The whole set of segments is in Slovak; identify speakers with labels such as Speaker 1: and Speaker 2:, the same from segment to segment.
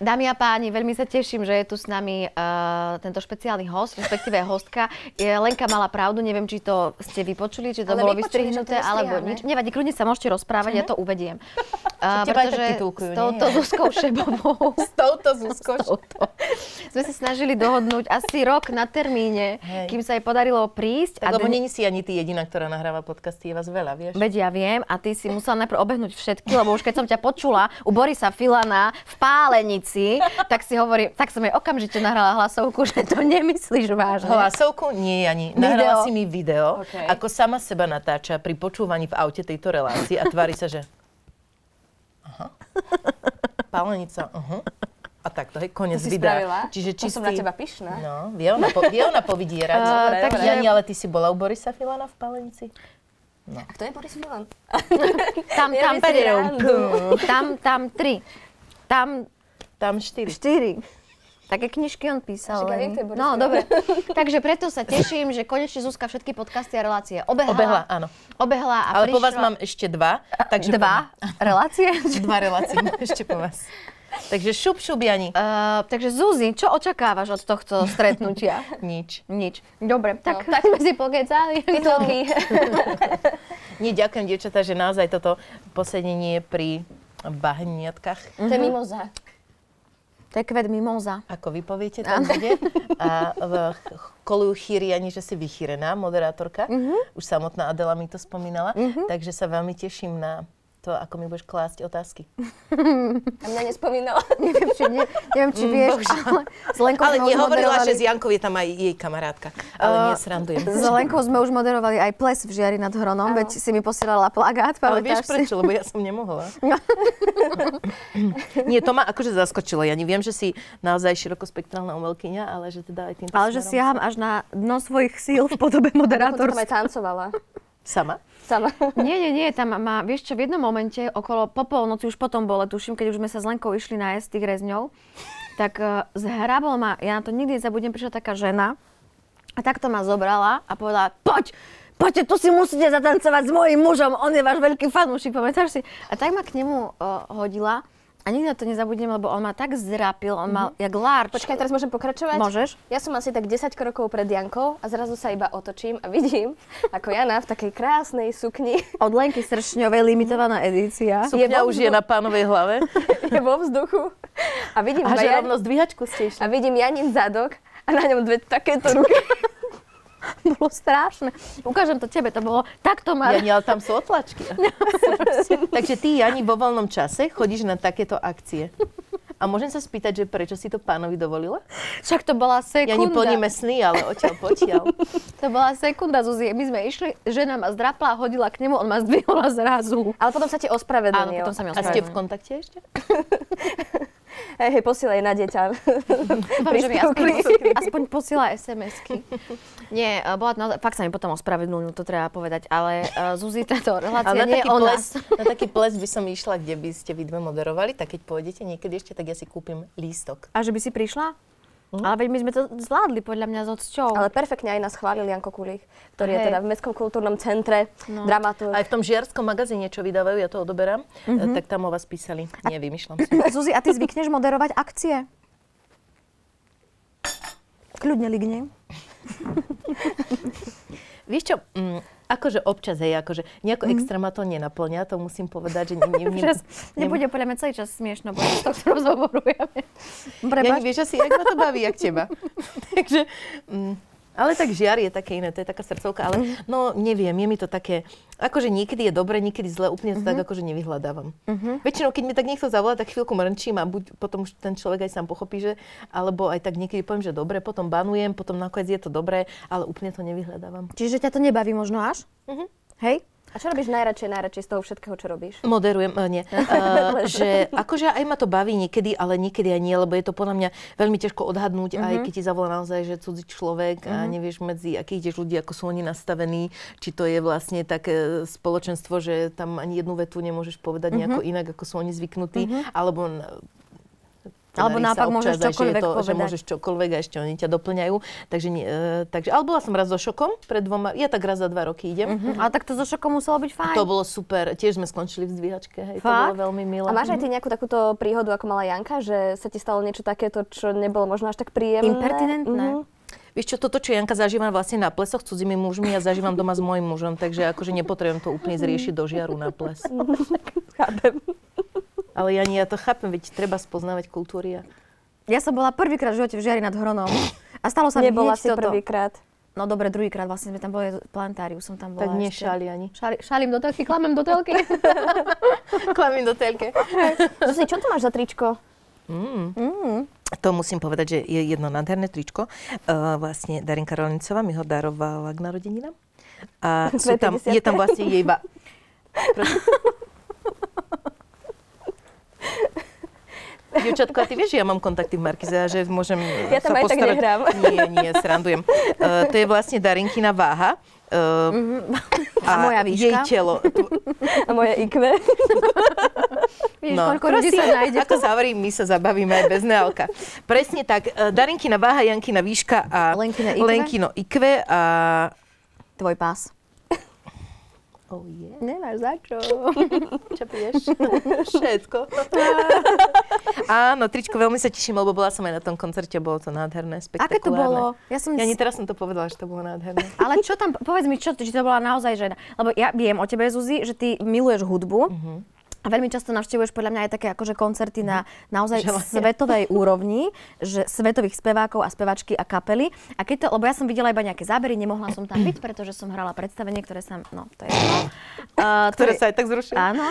Speaker 1: Dámy a páni, veľmi sa teším, že je tu s nami uh, tento špeciálny host, respektíve hostka. Je, Lenka mala pravdu, neviem, či to ste vypočuli, či to
Speaker 2: Ale
Speaker 1: bolo
Speaker 2: vypočuli, že to
Speaker 1: vystrihnuté, alebo
Speaker 2: vystriháme.
Speaker 1: nič. Nevadí, kľudne sa môžete rozprávať, ja to uvediem. Uh,
Speaker 3: teba aj tak
Speaker 1: pretože
Speaker 3: titulkujú,
Speaker 1: s
Speaker 3: nie?
Speaker 1: touto Zuzkou Šebovou
Speaker 2: S touto Zuzkou.
Speaker 1: sme sa snažili dohodnúť asi rok na termíne,
Speaker 3: Hej.
Speaker 1: kým sa jej podarilo prísť.
Speaker 3: Tak, lebo
Speaker 1: dne-
Speaker 3: není si ani ty jediná, ktorá nahráva podcasty, je vás veľa, vieš?
Speaker 1: Veď ja viem a ty si musela najprv obehnúť všetky, lebo už keď som ťa počula u Borisa Filana v Pálenici, tak si hovorím, tak som jej okamžite nahrala hlasovku, že to nemyslíš vážne.
Speaker 3: Hlasovku nie, Jani. Nahrala
Speaker 1: Video.
Speaker 3: si mi video,
Speaker 2: OK.
Speaker 3: ako sama seba natáča pri počúvaní v aute tejto relácie a tvári sa, že... Aha. Pálenica, aha. A takto, hej, konec
Speaker 2: To si spravila?
Speaker 3: videa.
Speaker 2: To som na teba pyšná.
Speaker 3: No, vie ona, po, vie ona povidierať.
Speaker 1: Eh,
Speaker 3: Dobre,
Speaker 1: takže-
Speaker 3: dobre. Jani, ale ty si bola u Borisa Filana v Palenici?
Speaker 2: A kto je Boris Milan?
Speaker 1: Tam,
Speaker 2: Ja
Speaker 1: tam,
Speaker 2: myslím,
Speaker 1: tri.
Speaker 2: randu.
Speaker 1: tam, tam tri. Tam
Speaker 3: Tam štyri.
Speaker 1: štyri. Také knižky on písal.
Speaker 2: Však ja
Speaker 1: len.
Speaker 2: viem, to je Boris
Speaker 1: no,
Speaker 2: Filan.
Speaker 1: dobre. Takže preto sa teším, že konečne Zuzka všetky podcasty a relácie obehla.
Speaker 3: Obehla, áno.
Speaker 1: Obehla a
Speaker 3: Ale po
Speaker 1: prišla
Speaker 3: vás mám ešte dva. Takže
Speaker 1: dva relácie.
Speaker 3: Po, dva relácie mám ešte po vás. Takže šup, šup, Jani.
Speaker 1: Uh, takže Zuzi, čo očakávaš od tohto stretnutia?
Speaker 3: Nič.
Speaker 1: Nič. Dobre, tak, no, tak sme si pokecali.
Speaker 2: Titulky.
Speaker 3: Nie, ďakujem, dievčatá, že naozaj toto posedenie pri bahniatkách,
Speaker 2: To je mimoza.
Speaker 1: To je kvet mimoza.
Speaker 3: ako vy poviete, tam bude. A v, ch- kolujú chýry, ani že si vychýrená moderátorka.
Speaker 1: Mhm.
Speaker 3: Už samotná Adela mi to spomínala. Takže sa veľmi teším na to, ako mi budeš klásť otázky.
Speaker 2: A mňa nespomínala.
Speaker 1: neviem, či, ne, neviem, či vieš, Mm, ale s Lenkou
Speaker 3: Ale
Speaker 1: sme už
Speaker 3: nehovorila,
Speaker 1: moderovali-
Speaker 3: že s Jankou je tam aj jej kamarátka. Ale nie, srandujem.
Speaker 1: S Lenkou sme už moderovali aj ples v Žiari nad Hronom, veď si mi posielala plagát,
Speaker 3: Ale
Speaker 1: pamätáš
Speaker 3: vieš
Speaker 1: si?
Speaker 3: prečo, lebo ja som nemohla. Nie, to ma akože zaskočilo. Ja neviem, že si naozaj širokospektrálna umelkyňa, ale že teda aj týmto
Speaker 1: Ale že
Speaker 3: smerom.
Speaker 1: siaham až na dno svojich síl v podobe
Speaker 2: Potom
Speaker 1: moderátor.
Speaker 2: tam aj tancovala.
Speaker 3: Sama?
Speaker 2: Sama.
Speaker 1: Nie, nie, nie, tam má, vieš čo, v jednom momente, okolo po polnoci, už potom bolo, tuším, keď už sme sa s Lenkou išli nájsť tých rezňov, tak uh, zhrabol ma, ja na to nikdy nezabudnem, prišla taká žena a takto ma zobrala a povedala, poď, poďte, tu si musíte zatancovať s mojím mužom, on je váš veľký fanúšik, pamätáš si? A tak ma k nemu uh, hodila a nikdy na to nezabudnem, lebo on ma tak zrapil, on mal, jak larč.
Speaker 2: Počkaj, teraz môžem pokračovať?
Speaker 1: Môžeš.
Speaker 2: Ja som asi tak 10 krokov pred Jankou a zrazu sa iba otočím a vidím, ako Jana v takej krásnej sukni
Speaker 1: Od Lenky Sršňovej limitovaná edícia.
Speaker 3: Sukňa
Speaker 2: vo
Speaker 3: už je na pánovej hlave.
Speaker 2: je vo vzduchu a vidím, iba
Speaker 3: A že
Speaker 2: Jan-
Speaker 3: rovno zdvíhačku
Speaker 2: a
Speaker 3: ste išli.
Speaker 2: vidím Janin zadok a na ňom dve takéto ruky.
Speaker 1: Bolo strašné. Ukážem to tebe, to bolo takto malé.
Speaker 3: Jani, ale tam sú otlačky.
Speaker 1: No,
Speaker 3: Takže ty, Jani, vo voľnom čase chodíš na takéto akcie. A môžem sa spýtať, že prečo si to pánovi dovolila?
Speaker 1: Však to bola sekunda.
Speaker 3: Ja neplníme sny, ale odtiaľ potiaľ.
Speaker 1: To bola sekunda, Zuzi. My sme išli, žena ma zdrapla a hodila k nemu, on ma zdvihol zrazu.
Speaker 2: Ale potom sa ti
Speaker 1: Áno,
Speaker 2: ospravedlnil.
Speaker 1: potom sa mi
Speaker 3: A ste v
Speaker 1: ospravedlnil.
Speaker 3: kontakte ešte?
Speaker 2: Hej, hej, posielaj na deťa.
Speaker 1: Dúfam, že mi aspoň,
Speaker 2: príspevky.
Speaker 1: aspoň posiela SMS-ky. Nie, e, bola to naozaj, fakt sa mi potom ospravedlnil, no to treba povedať, ale uh, Zuzi, táto relácia
Speaker 3: Ale na,
Speaker 1: nie je
Speaker 3: taký
Speaker 1: o
Speaker 3: ples,
Speaker 1: nás.
Speaker 3: na taký ples by som išla, kde by ste vy dve moderovali, tak keď pôjdete niekedy ešte, tak ja si kúpim lístok.
Speaker 1: A že by si prišla? Ale veď my sme to zvládli podľa mňa so cťou.
Speaker 2: Ale perfektne aj nás chválil Janko Kulík, ktorý je
Speaker 1: Hej.
Speaker 2: teda v Mestskom kultúrnom centre, no. dramaturg.
Speaker 3: Aj v tom žiarskom magazíne, čo vydávajú, ja to odoberám,
Speaker 1: Mhm.
Speaker 3: mm-hmm. tak tam o vás písali. Nie, vymýšľam si.
Speaker 1: Zuzi, a ty zvykneš moderovať akcie? Kľudne ligne.
Speaker 3: Vieš čo, mm, akože občas, hej, akože nejako mm-hmm. extra ma to nenaplňa, to musím povedať, že ne, ne, ne,
Speaker 1: Teraz nebude podľa mňa celý čas smiešno, bo z tohto rozhovoru ja viem.
Speaker 3: Ja
Speaker 1: Prepač.
Speaker 3: nevieš asi, jak ma to baví, jak teba. Takže, mm, ale tak žiar je také iné, to je taká srdcovka, ale no neviem, je mi to také, akože niekedy je dobre, niekedy zle, úplne to tak akože nevyhľadávam. Väčšinou, keď mi tak niekto zavolá, tak chvíľku mrnčím a buď potom už ten človek aj sám pochopí, že, alebo aj tak niekedy poviem, že dobre, potom banujem, potom nakoniec je to dobré, ale úplne to nevyhľadávam.
Speaker 1: Čiže ťa to nebaví možno až? Hej?
Speaker 2: A čo robíš najradšej, najradšej z toho všetkého, čo robíš?
Speaker 3: Moderujem, e, nie. Uh, že akože aj ma to baví niekedy, ale niekedy aj nie, lebo je to podľa mňa veľmi ťažko odhadnúť, aj
Speaker 1: Mhm.
Speaker 3: keď ti zavolá naozaj, že cudzí človek a nevieš medzi akých ideš ľudí, ako sú oni nastavení, či to je vlastne také spoločenstvo, že
Speaker 1: Mhm.
Speaker 3: tam ani jednu vetu nemôžeš povedať nejako inak, ako sú oni zvyknutí, alebo n- Teda
Speaker 1: Alebo
Speaker 3: darí sa
Speaker 1: naopak môžeš
Speaker 3: občas aj, že je
Speaker 1: čokoľvek
Speaker 3: to, Že
Speaker 1: povedať.
Speaker 3: môžeš čokoľvek a ešte oni ťa doplňajú. Takže, nie, e, takže, ale bola som raz so šokom pred dvoma, ja tak raz za dva roky idem.
Speaker 1: Mhm. Ale tak to zo šokom muselo byť fajn.
Speaker 3: To bolo super, tiež sme skončili v zdvíhačke, hej, to
Speaker 1: Fakt?
Speaker 3: bolo veľmi milé. Mhm.
Speaker 2: A máš aj ty nejakú takúto príhodu, ako mala Janka, že sa ti stalo niečo takéto, čo nebolo možno až tak príjemné?
Speaker 1: Impertinentné.
Speaker 2: Mhm.
Speaker 3: Vieš čo, toto, čo Janka zažívam vlastne na plesoch s cudzími mužmi, ja zažívam doma s mojim mužom, takže akože nepotrebujem to úplne zriešiť do žiaru na ples.
Speaker 2: Chápem.
Speaker 3: Ale Jani, ja to chápem, veď treba spoznávať kultúry. a-
Speaker 1: Ja som bola prvýkrát v živote v Žiari nad Hronom. A stalo sa mi
Speaker 2: Nebola
Speaker 1: hneď
Speaker 2: si
Speaker 1: toto.
Speaker 2: prvýkrát.
Speaker 1: No dobre, druhýkrát vlastne sme tam boli, planetáriu som tam bola.
Speaker 3: Tak
Speaker 1: ešte.
Speaker 3: nešali ani.
Speaker 1: Šali, šalím do telky, klamem do telky.
Speaker 3: Klamím do telke.
Speaker 2: Zuzi, čo to máš za tričko?
Speaker 3: Mm. To musím povedať, že je jedno nádherné tričko. Uh, vlastne Darinka Rolincová mi ho darovala k narodeninám. A sú tam,
Speaker 2: 50.
Speaker 3: je tam vlastne jej iba... Prosím. Dievčatko, a ty vieš, že ja mám kontakty v Markize a že môžem eh,
Speaker 2: Ja tam
Speaker 3: sa
Speaker 2: aj tak
Speaker 3: postarať.
Speaker 2: nehrám.
Speaker 3: Nie, nie, srandujem. Uh, to je vlastne Darinkina váha.
Speaker 2: Mhm.
Speaker 1: A
Speaker 3: Uh,
Speaker 1: moja výška?
Speaker 3: Jej telo.
Speaker 2: A moje IQ.
Speaker 1: Vidíš,
Speaker 3: No.
Speaker 1: koľko ľudí sa nájde.
Speaker 3: Ako sa hovorí, my sa zabavíme aj bez nealka. Presne tak. e, Darinkina váha, Jankina výška a
Speaker 1: Lenkina IQ?
Speaker 3: Lenkino IQ a...
Speaker 1: Tvoj pás.
Speaker 3: Oh yeah.
Speaker 1: Nemáš za čo.
Speaker 3: Čo piješ? Všetko. Áno, tričko, veľmi sa teším, lebo bola som aj na tom koncerte, bolo to nádherné, spektakulárne.
Speaker 1: Aké to bolo? Ja som...
Speaker 3: Ja ani teraz som to povedala, že to bolo nádherné.
Speaker 1: Ale čo tam, povedz mi, čo, či to bola naozaj žena. Lebo ja viem o tebe, Zuzi, že ty miluješ hudbu. A veľmi často navštevuješ podľa mňa aj také akože koncerty na naozaj
Speaker 3: Želanie.
Speaker 1: svetovej úrovni, že svetových spevákov a spevačky a kapely. A keď to, lebo ja som videla iba nejaké zábery, nemohla som tam byť, pretože som hrala predstavenie, ktoré sa, no to je to. Uh,
Speaker 3: Ktoré sa aj tak zrušilo.
Speaker 1: Áno.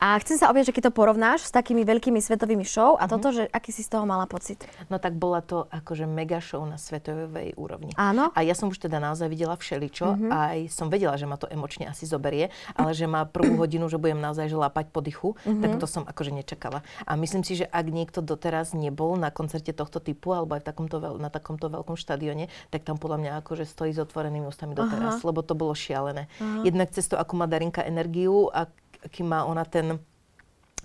Speaker 1: A chcem sa opýtať, že keď to porovnáš s takými veľkými svetovými show a toto, že aký si z toho mala pocit?
Speaker 3: No tak bola to akože mega show na svetovej úrovni.
Speaker 1: Áno.
Speaker 3: A ja som už teda naozaj videla všeličo, mm-hmm. aj som vedela, že ma to emočne asi zoberie, ale že má prvú hodinu, že budem naozaj žlapať po dychu, mm-hmm. tak to som akože nečakala. A myslím si, že ak niekto doteraz nebol na koncerte tohto typu, alebo aj v takomto veľ, na takomto veľkom štadióne, tak tam podľa mňa akože stojí s otvorenými ústami doteraz, Aha. lebo to bolo šialené. Aha. Jednak cez to, ako má Darinka energiu, ak- aký má ona ten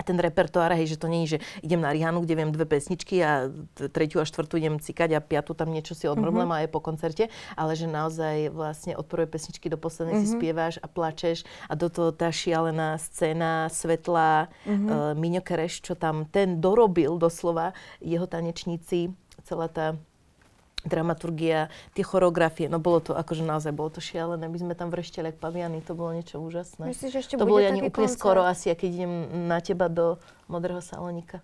Speaker 3: ten repertoár, hej, že to nie je, že idem na Rihanu, kde viem dve pesničky a t- tretiu a štvrtú idem cikať a piatu tam niečo si odmrmlem mm-hmm. a je po koncerte, ale že naozaj vlastne od prvej pesničky do poslednej mm-hmm. si spievaš a plačeš a do toho tá šialená scéna, svetla, mm-hmm. uh, Miňo Kereš, čo tam ten dorobil doslova, jeho tanečníci, celá tá dramaturgia, tie choreografie, no bolo to akože naozaj, bolo to šialené. My sme tam vršteli ako paviany, to bolo niečo úžasné.
Speaker 1: Myslíš, že ešte
Speaker 3: to
Speaker 1: bude
Speaker 3: bolo
Speaker 1: taký
Speaker 3: ani úplne
Speaker 1: koncert?
Speaker 3: skoro asi, keď idem na teba do modrého salónika.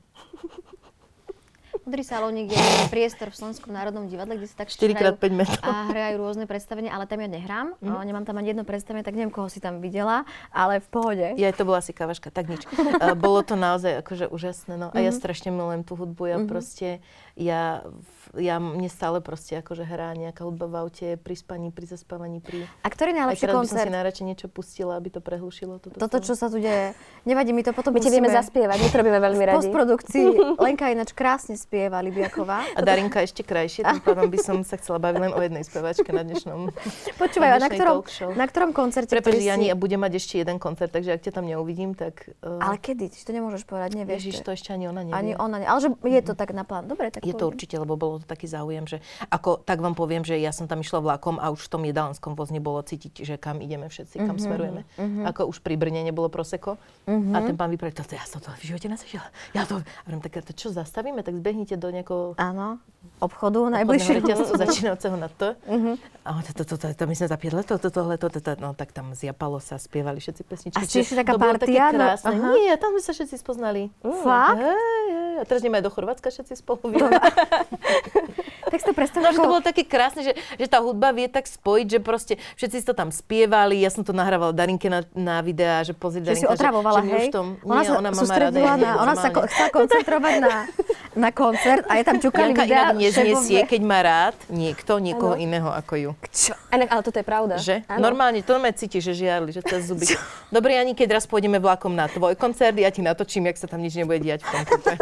Speaker 1: Modrý salónik je priestor v Slovenskom národnom divadle, kde sa tak
Speaker 3: 4x5
Speaker 1: hrajú
Speaker 3: metrov.
Speaker 1: a hrajú rôzne predstavenia, ale tam ja nehrám.
Speaker 3: Mhm.
Speaker 1: Mm. Nemám tam ani jedno predstavenie, tak neviem, koho si tam videla, ale v pohode.
Speaker 3: Ja, to bola asi kavaška, tak nič. Eh, Bolo to naozaj akože úžasné, no. A
Speaker 1: Mhm.
Speaker 3: ja strašne milujem tú hudbu, ja proste, ja, v- ja, mne stále proste akože hrá nejaká hudba v aute, pri spaní, pri zaspávaní, pri...
Speaker 1: A ktorý
Speaker 3: Aj
Speaker 1: najlepší
Speaker 3: teraz by som si
Speaker 1: koncert?
Speaker 3: najradšej niečo pustila, aby to prehlušilo toto.
Speaker 1: Toto,
Speaker 3: celé.
Speaker 1: čo sa tu deje. Nevadí, my to potom
Speaker 2: My ti vieme
Speaker 1: zaspievať
Speaker 2: zaspievať, my to robíme veľmi
Speaker 1: v
Speaker 2: radi.
Speaker 1: postprodukcii. Lenka ináč krásne spieva Libiaková.
Speaker 3: A Darinka ešte krajšie, tým pádom by som sa chcela baviť len o jednej spevačke na dnešnom
Speaker 1: Počúvaj, a na
Speaker 3: dnešnej
Speaker 1: ktorom,
Speaker 3: talk show.
Speaker 1: na ktorom koncerte,
Speaker 3: Prepač,
Speaker 1: ktorý
Speaker 3: Jani,
Speaker 1: si...
Speaker 3: ja budem mať ešte jeden koncert, takže ak ťa tam neuvidím, tak... Uh,
Speaker 1: Ale kedy? Či to nemôžeš povedať, nevieš.
Speaker 3: Ježiš, to ešte ani ona nevie.
Speaker 1: Ani ona ne. Ale že je to tak na plán. Dobre, tak
Speaker 3: Je to
Speaker 1: poviem.
Speaker 3: určite, lebo bolo to taký záujem, že ako tak vám poviem, že ja som tam išla vlakom a už v tom jedánskom vozni bolo cítiť, že kam ideme všetci,
Speaker 1: Mhm,
Speaker 3: kam smerujeme. Ako už pri Brne nebolo proseko a
Speaker 1: Mhm.
Speaker 3: ten pán vypravil, toto ja som to v živote nezažila. Ja to, a hovorím, tak to čo zastavíme, tak zbehnite do nejakého
Speaker 1: Áno, obchodu
Speaker 3: najbližšieho
Speaker 1: najbližšieho.
Speaker 3: reťazcu začínajúceho na T.
Speaker 1: Mhm.
Speaker 3: A on, to, to, to, to, my sme za 5 letov, toto, tohle, toto, to, no tak tam zjapalo sa, spievali všetci pesničky.
Speaker 1: A ste
Speaker 3: čiže
Speaker 1: išli taká
Speaker 3: to bolo také
Speaker 1: partia, no,
Speaker 3: krásne.
Speaker 1: aha.
Speaker 3: Nie, tam sme sa všetci spoznali. Mm,
Speaker 1: Fakt?
Speaker 3: Hej, hej, A teraz ideme aj do Chorvátska všetci spolu.
Speaker 1: Tak si to predstav,
Speaker 3: No, že to
Speaker 1: ako-
Speaker 3: bolo také krásne, že, že tá hudba vie tak spojiť, že proste všetci si to tam spievali, ja som to nahrávala Darinke na, na videá, že pozri
Speaker 1: Že si
Speaker 3: Darinka,
Speaker 1: otravovala,
Speaker 3: že, že my
Speaker 1: hej?
Speaker 3: už v tom,
Speaker 1: ona
Speaker 3: nie,
Speaker 1: sa
Speaker 3: ona má rada,
Speaker 1: sústredila
Speaker 3: ja
Speaker 1: na, ona sa ko-
Speaker 3: normálne.
Speaker 1: chcela koncentrovať na, na koncert a je tam ťukali
Speaker 3: Janka
Speaker 1: videá.
Speaker 3: inak neznesie,
Speaker 1: šéfové.
Speaker 3: keď má rád niekto niekoho
Speaker 2: Áno.
Speaker 3: iného ako ju.
Speaker 1: Čo?
Speaker 2: Inak, ale toto je pravda.
Speaker 3: Že?
Speaker 2: Áno.
Speaker 3: Normálne, to normálne cíti, že žiarli, že cez zuby. Dobre, Jani, keď raz pôjdeme vlakom na tvoj koncert, ja ti natočím, jak sa tam nič nebude diať v koncerte.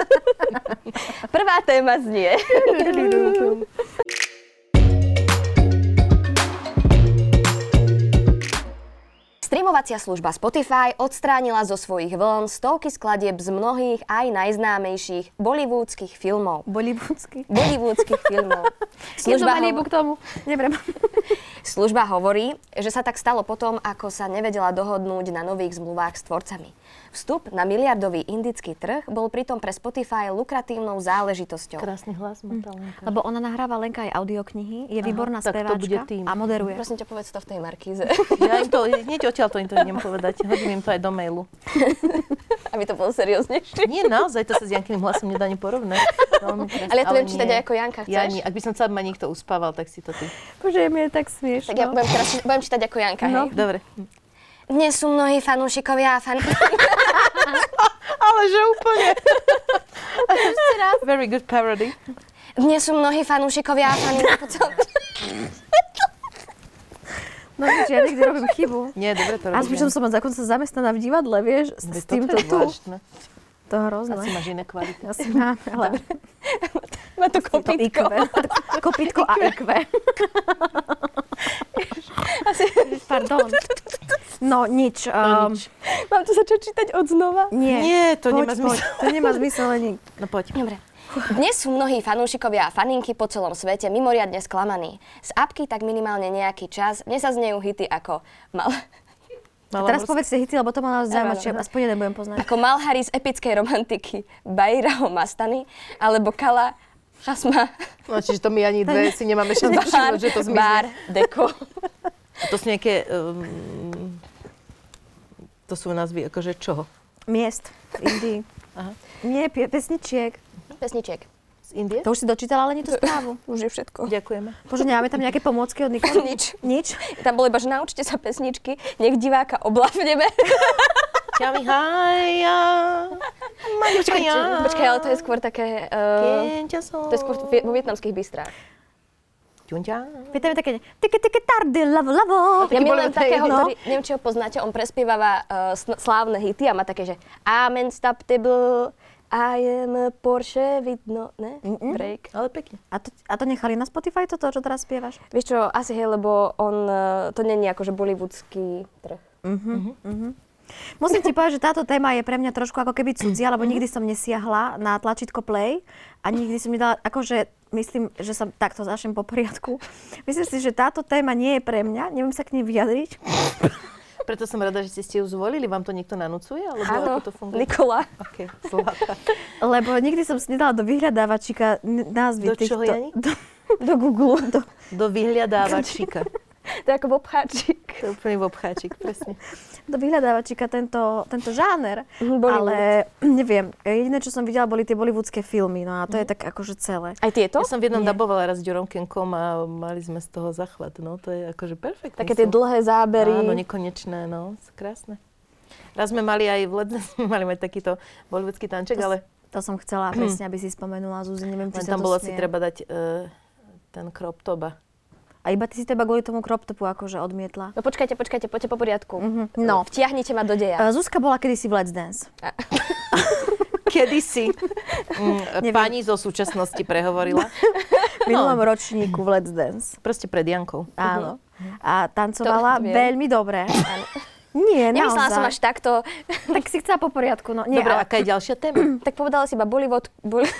Speaker 2: Prvá téma znie. Streamovali Streamovacia služba Spotify odstránila zo svojich vln stovky skladieb z mnohých aj najznámejších bollywoodských filmov.
Speaker 1: Bollywoodský.
Speaker 2: Bollywoodských filmov.
Speaker 1: Služba
Speaker 2: hovo-
Speaker 1: k tomu. Nebrem.
Speaker 2: Služba hovorí, že sa tak stalo potom, ako sa nevedela dohodnúť na nových zmluvách s tvorcami. Vstup na miliardový indický trh bol pritom pre Spotify lukratívnou záležitosťou.
Speaker 3: Krásny hlas má tá Lenka.
Speaker 1: Lebo ona nahráva Lenka aj audioknihy, je výborná
Speaker 3: tak to
Speaker 1: speváčka
Speaker 3: bude tým.
Speaker 1: a moderuje.
Speaker 2: Prosím ťa, povedz to v tej markíze,
Speaker 3: Ja im to, hneď odtiaľ to im to idem povedať. Hodím im to aj do mailu.
Speaker 2: aby to bolo serióznejšie.
Speaker 3: Nie, naozaj, to sa s Jankým hlasom nedá ani porovnať. Veľmi krásne,
Speaker 2: Ale ja to viem čítať
Speaker 3: nie.
Speaker 2: aj ako Janka, chceš?
Speaker 3: Ja nie. Ak by som chcela, aby ma niekto uspával, tak si to ty.
Speaker 1: Bože, mi je tak smiešno.
Speaker 2: Tak ja budem, teraz, budem čítať ako Janka,
Speaker 3: No,
Speaker 2: hej?
Speaker 3: dobre.
Speaker 2: Dnes sú mnohí fanúšikovia a fan...
Speaker 3: Ale že úplne. Very good parody.
Speaker 2: Dnes sú mnohí fanúšikovia a fany... po celom-
Speaker 1: No vieš, ja niekde robím chybu.
Speaker 3: Nie, dobre to
Speaker 1: A pritom som dokonca zamestnaná v divadle, vieš, s, s týmto tu. To je hrozné.
Speaker 3: Asi máš iné kvality.
Speaker 1: Asi mám, ale
Speaker 2: Má tu
Speaker 1: to IQ.
Speaker 2: kopytko.
Speaker 1: Kopitko a IQ. Pardon. No nič. Um,
Speaker 3: nič.
Speaker 2: Mám to začať čítať od znova?
Speaker 1: Nie,
Speaker 3: Nie, to
Speaker 1: poď,
Speaker 3: nemá
Speaker 1: poď,
Speaker 3: zmysel.
Speaker 1: To nemá zmysel ani.
Speaker 3: No poď.
Speaker 2: Dobre. Dnes sú mnohí fanúšikovia a faninky po celom svete mimoriadne sklamaní. Z apky tak minimálne nejaký čas dnes sa znejú hity ako mal,
Speaker 1: A
Speaker 3: Malá
Speaker 1: teraz
Speaker 3: horská.
Speaker 1: povedzte hity, lebo to ma naozaj zaujíma,
Speaker 2: Áno,
Speaker 1: či
Speaker 2: áno.
Speaker 1: aspoň jeden budem poznať.
Speaker 2: ako Malhari z epickej romantiky Bajraho Mastany alebo Kala Chasma
Speaker 3: No, čiže to my ani dve si nemáme šancu,
Speaker 2: Bar,
Speaker 3: že to zmizne.
Speaker 2: bar Deko.
Speaker 3: To sú nejaké... Um, to sú názvy akože čoho?
Speaker 1: Miest v Indii.
Speaker 3: Aha.
Speaker 1: Nie, pie, pesničiek.
Speaker 2: Pesničiek.
Speaker 3: Z Indie?
Speaker 1: To už si dočítala, ale nie tú správu.
Speaker 2: Už je všetko.
Speaker 3: Ďakujeme.
Speaker 1: Bože, nemáme tam nejaké pomôcky od Nikoli?
Speaker 2: Nič.
Speaker 1: Nič?
Speaker 2: Tam bolo iba, že naučte sa pesničky, nech diváka oblavneme.
Speaker 3: Tell me hi, ja. Malička ja.
Speaker 2: Počkaj, ale to je skôr také... Uh,
Speaker 3: Kieň ťa som.
Speaker 2: to je skôr v- vo vietnamských bistrách.
Speaker 3: Ťuň ťa.
Speaker 1: Pýtame také, teke, teke, tardy, lavo, lavo.
Speaker 2: Ja milujem
Speaker 3: bol-
Speaker 2: takého,
Speaker 1: no.
Speaker 2: ktorý, neviem, či ho poznáte, on prespievava uh, sn- slávne hity a má také, že Amen stop table, I am a Porsche, vidno, ne? Break.
Speaker 3: Ale pekne.
Speaker 1: A to, a to nechali na Spotify toto, čo teraz spievaš?
Speaker 2: Vieš čo, asi hej, lebo on, uh, to není akože bollywoodský trh.
Speaker 1: Musím ti povedať, že táto téma je pre mňa trošku ako keby cudzia, lebo nikdy som nesiahla na tlačítko play a nikdy som nedala, akože myslím, že som takto začnem po poriadku. Myslím si, že táto téma nie je pre mňa, neviem sa k nej vyjadriť.
Speaker 3: Preto som rada, že ste ste ju zvolili. Vám to niekto nanúcuje? Alebo
Speaker 2: Áno,
Speaker 3: ako to funguje?
Speaker 2: Nikola.
Speaker 3: Okay, zlatá.
Speaker 1: Lebo nikdy som si nedala do vyhľadávačika n- názvy
Speaker 3: Do
Speaker 1: týchto-
Speaker 3: čoho, Jani?
Speaker 1: do, do Google. Do,
Speaker 3: Do vyhľadávačika.
Speaker 2: To je ako bobcháčik.
Speaker 3: To je úplný obcháčik, presne.
Speaker 1: do vyhľadávačika tento, tento žáner.
Speaker 2: Mhm, Bollywood.
Speaker 1: Ale neviem, jediné, čo som videla, boli tie bollywoodske filmy, no a to je
Speaker 3: Mhm.
Speaker 1: tak akože celé.
Speaker 2: Aj tieto?
Speaker 3: Ja som v jednom
Speaker 1: Nie.
Speaker 3: dabovala raz s Ďurom Kenkom a mali sme z toho zachvat. No, to je akože perfektné.
Speaker 2: Také tie dlhé zábery.
Speaker 3: Áno, nekonečné, no, sú krásne. Raz sme mali aj v Ledne, sme mali mať takýto bolvedský tanček,
Speaker 1: To s-
Speaker 3: ale
Speaker 1: To som chcela presne, aby si spomenula, Zuzi, neviem, či
Speaker 3: len
Speaker 1: sa
Speaker 3: tam
Speaker 1: to
Speaker 3: bolo si
Speaker 1: smie.
Speaker 3: treba dať e, ten crop toba.
Speaker 1: A iba ty si teba kvôli tomu crop topu akože odmietla.
Speaker 2: No počkajte, počkajte, poďte po poriadku.
Speaker 1: No.
Speaker 2: Vtiahnite ma do deja.
Speaker 1: Uh, Zuzka bola kedysi v Let's Dance.
Speaker 3: Kedysi mm,
Speaker 1: Neviem.
Speaker 3: pani zo súčasnosti prehovorila,
Speaker 1: V
Speaker 3: No.
Speaker 1: minulom ročníku v Let's Dance.
Speaker 3: proste pred Jankou.
Speaker 1: Áno. A tancovala
Speaker 2: To viem.
Speaker 1: veľmi dobre. Nie,
Speaker 2: Nemyslela som až
Speaker 1: naozaj.
Speaker 2: takto.
Speaker 1: Tak si chcela po poriadku. No, nie,
Speaker 3: Dobre,
Speaker 1: ale...
Speaker 3: aká je ďalšia téma?
Speaker 2: Tak povedala si iba Bollywood, Bolly-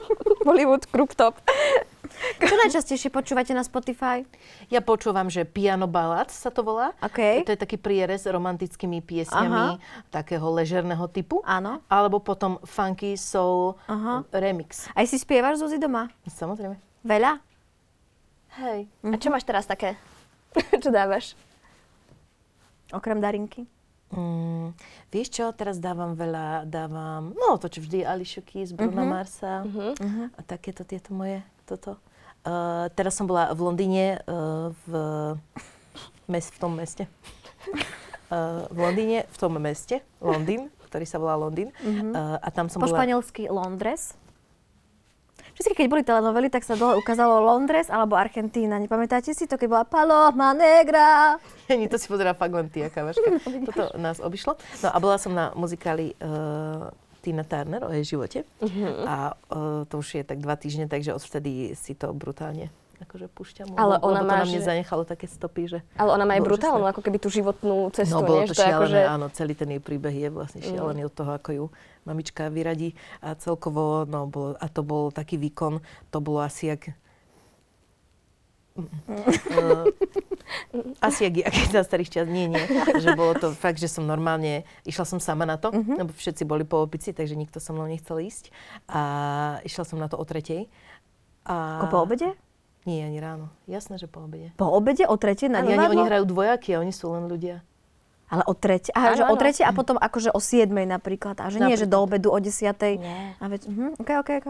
Speaker 2: Bollywood Group Top.
Speaker 1: Čo najčastejšie počúvate na Spotify?
Speaker 3: Ja počúvam, že piano balad sa to volá.
Speaker 1: OK.
Speaker 3: To je taký prierez s romantickými piesňami takého ležerného typu.
Speaker 1: Áno.
Speaker 3: Alebo potom funky soul
Speaker 1: Aha.
Speaker 3: remix.
Speaker 1: Aj si spievaš, Zuzi, doma?
Speaker 3: Samozrejme.
Speaker 1: Veľa?
Speaker 2: Hej. A čo máš teraz také? čo dávaš?
Speaker 1: Okrem Darinky.
Speaker 3: Mm, vieš čo, teraz dávam veľa, dávam, no to čo vždy, Alicia Keys, Bruna Marsa a takéto tieto moje, toto. Uh, teraz som bola v Londýne, uh, v, mes, v tom meste. Uh, v Londýne, v tom meste, Londýn, ktorý sa volá Londýn. Uh, a tam som
Speaker 1: Po
Speaker 3: bola...
Speaker 1: španielsky Londres. Vždycky, keď boli telenovely, tak sa dole ukázalo Londres alebo Argentína. Nepamätáte si to, keď bola Paloma Negra?
Speaker 3: Nie, to si pozerá fakt len ty, aká vaška. Toto nás obišlo. No a bola som na muzikáli uh, Tina Turner
Speaker 2: Mhm.
Speaker 3: eh, o jej živote. A uh, to už je tak dva týždne, takže odvtedy si to brutálne akože púšťam,
Speaker 2: Ale
Speaker 3: lebo,
Speaker 2: ona
Speaker 3: lebo to
Speaker 2: má,
Speaker 3: na mne
Speaker 2: že-
Speaker 3: zanechalo také stopy, že...
Speaker 2: Ale ona má aj
Speaker 3: Bolo
Speaker 2: brutálnu, ako keby tú životnú cestu.
Speaker 3: no, bolo
Speaker 2: nie? Že je
Speaker 3: to šialené,
Speaker 2: akože-
Speaker 3: áno, celý ten jej príbeh je vlastne šialený od toho, ako ju mamička vyradí a celkovo, no, bolo, a to bol taký výkon, to bolo asi jak... Eh, asi jak, jak za starých čas, nie, nie. Že bolo to fakt, že som normálne, išla som sama na to, lebo všetci boli po opici, takže nikto so mnou nechcel ísť. A išla som na to o tretej. A...
Speaker 1: Ako po obede?
Speaker 3: Nie, ani ráno. Jasné, že po obede.
Speaker 1: Po obede o tretej na
Speaker 3: Ani, ani oni
Speaker 1: divadlo?
Speaker 3: hrajú dvojaky a oni sú len ľudia.
Speaker 1: Ale o tretej. Aha,
Speaker 2: Áno,
Speaker 1: že o
Speaker 2: áno.
Speaker 1: tretej a potom akože o siedmej napríklad. A že nie, že do obedu o desiatej.
Speaker 2: Nie.
Speaker 1: A veď, mhm, OK, OK, OK.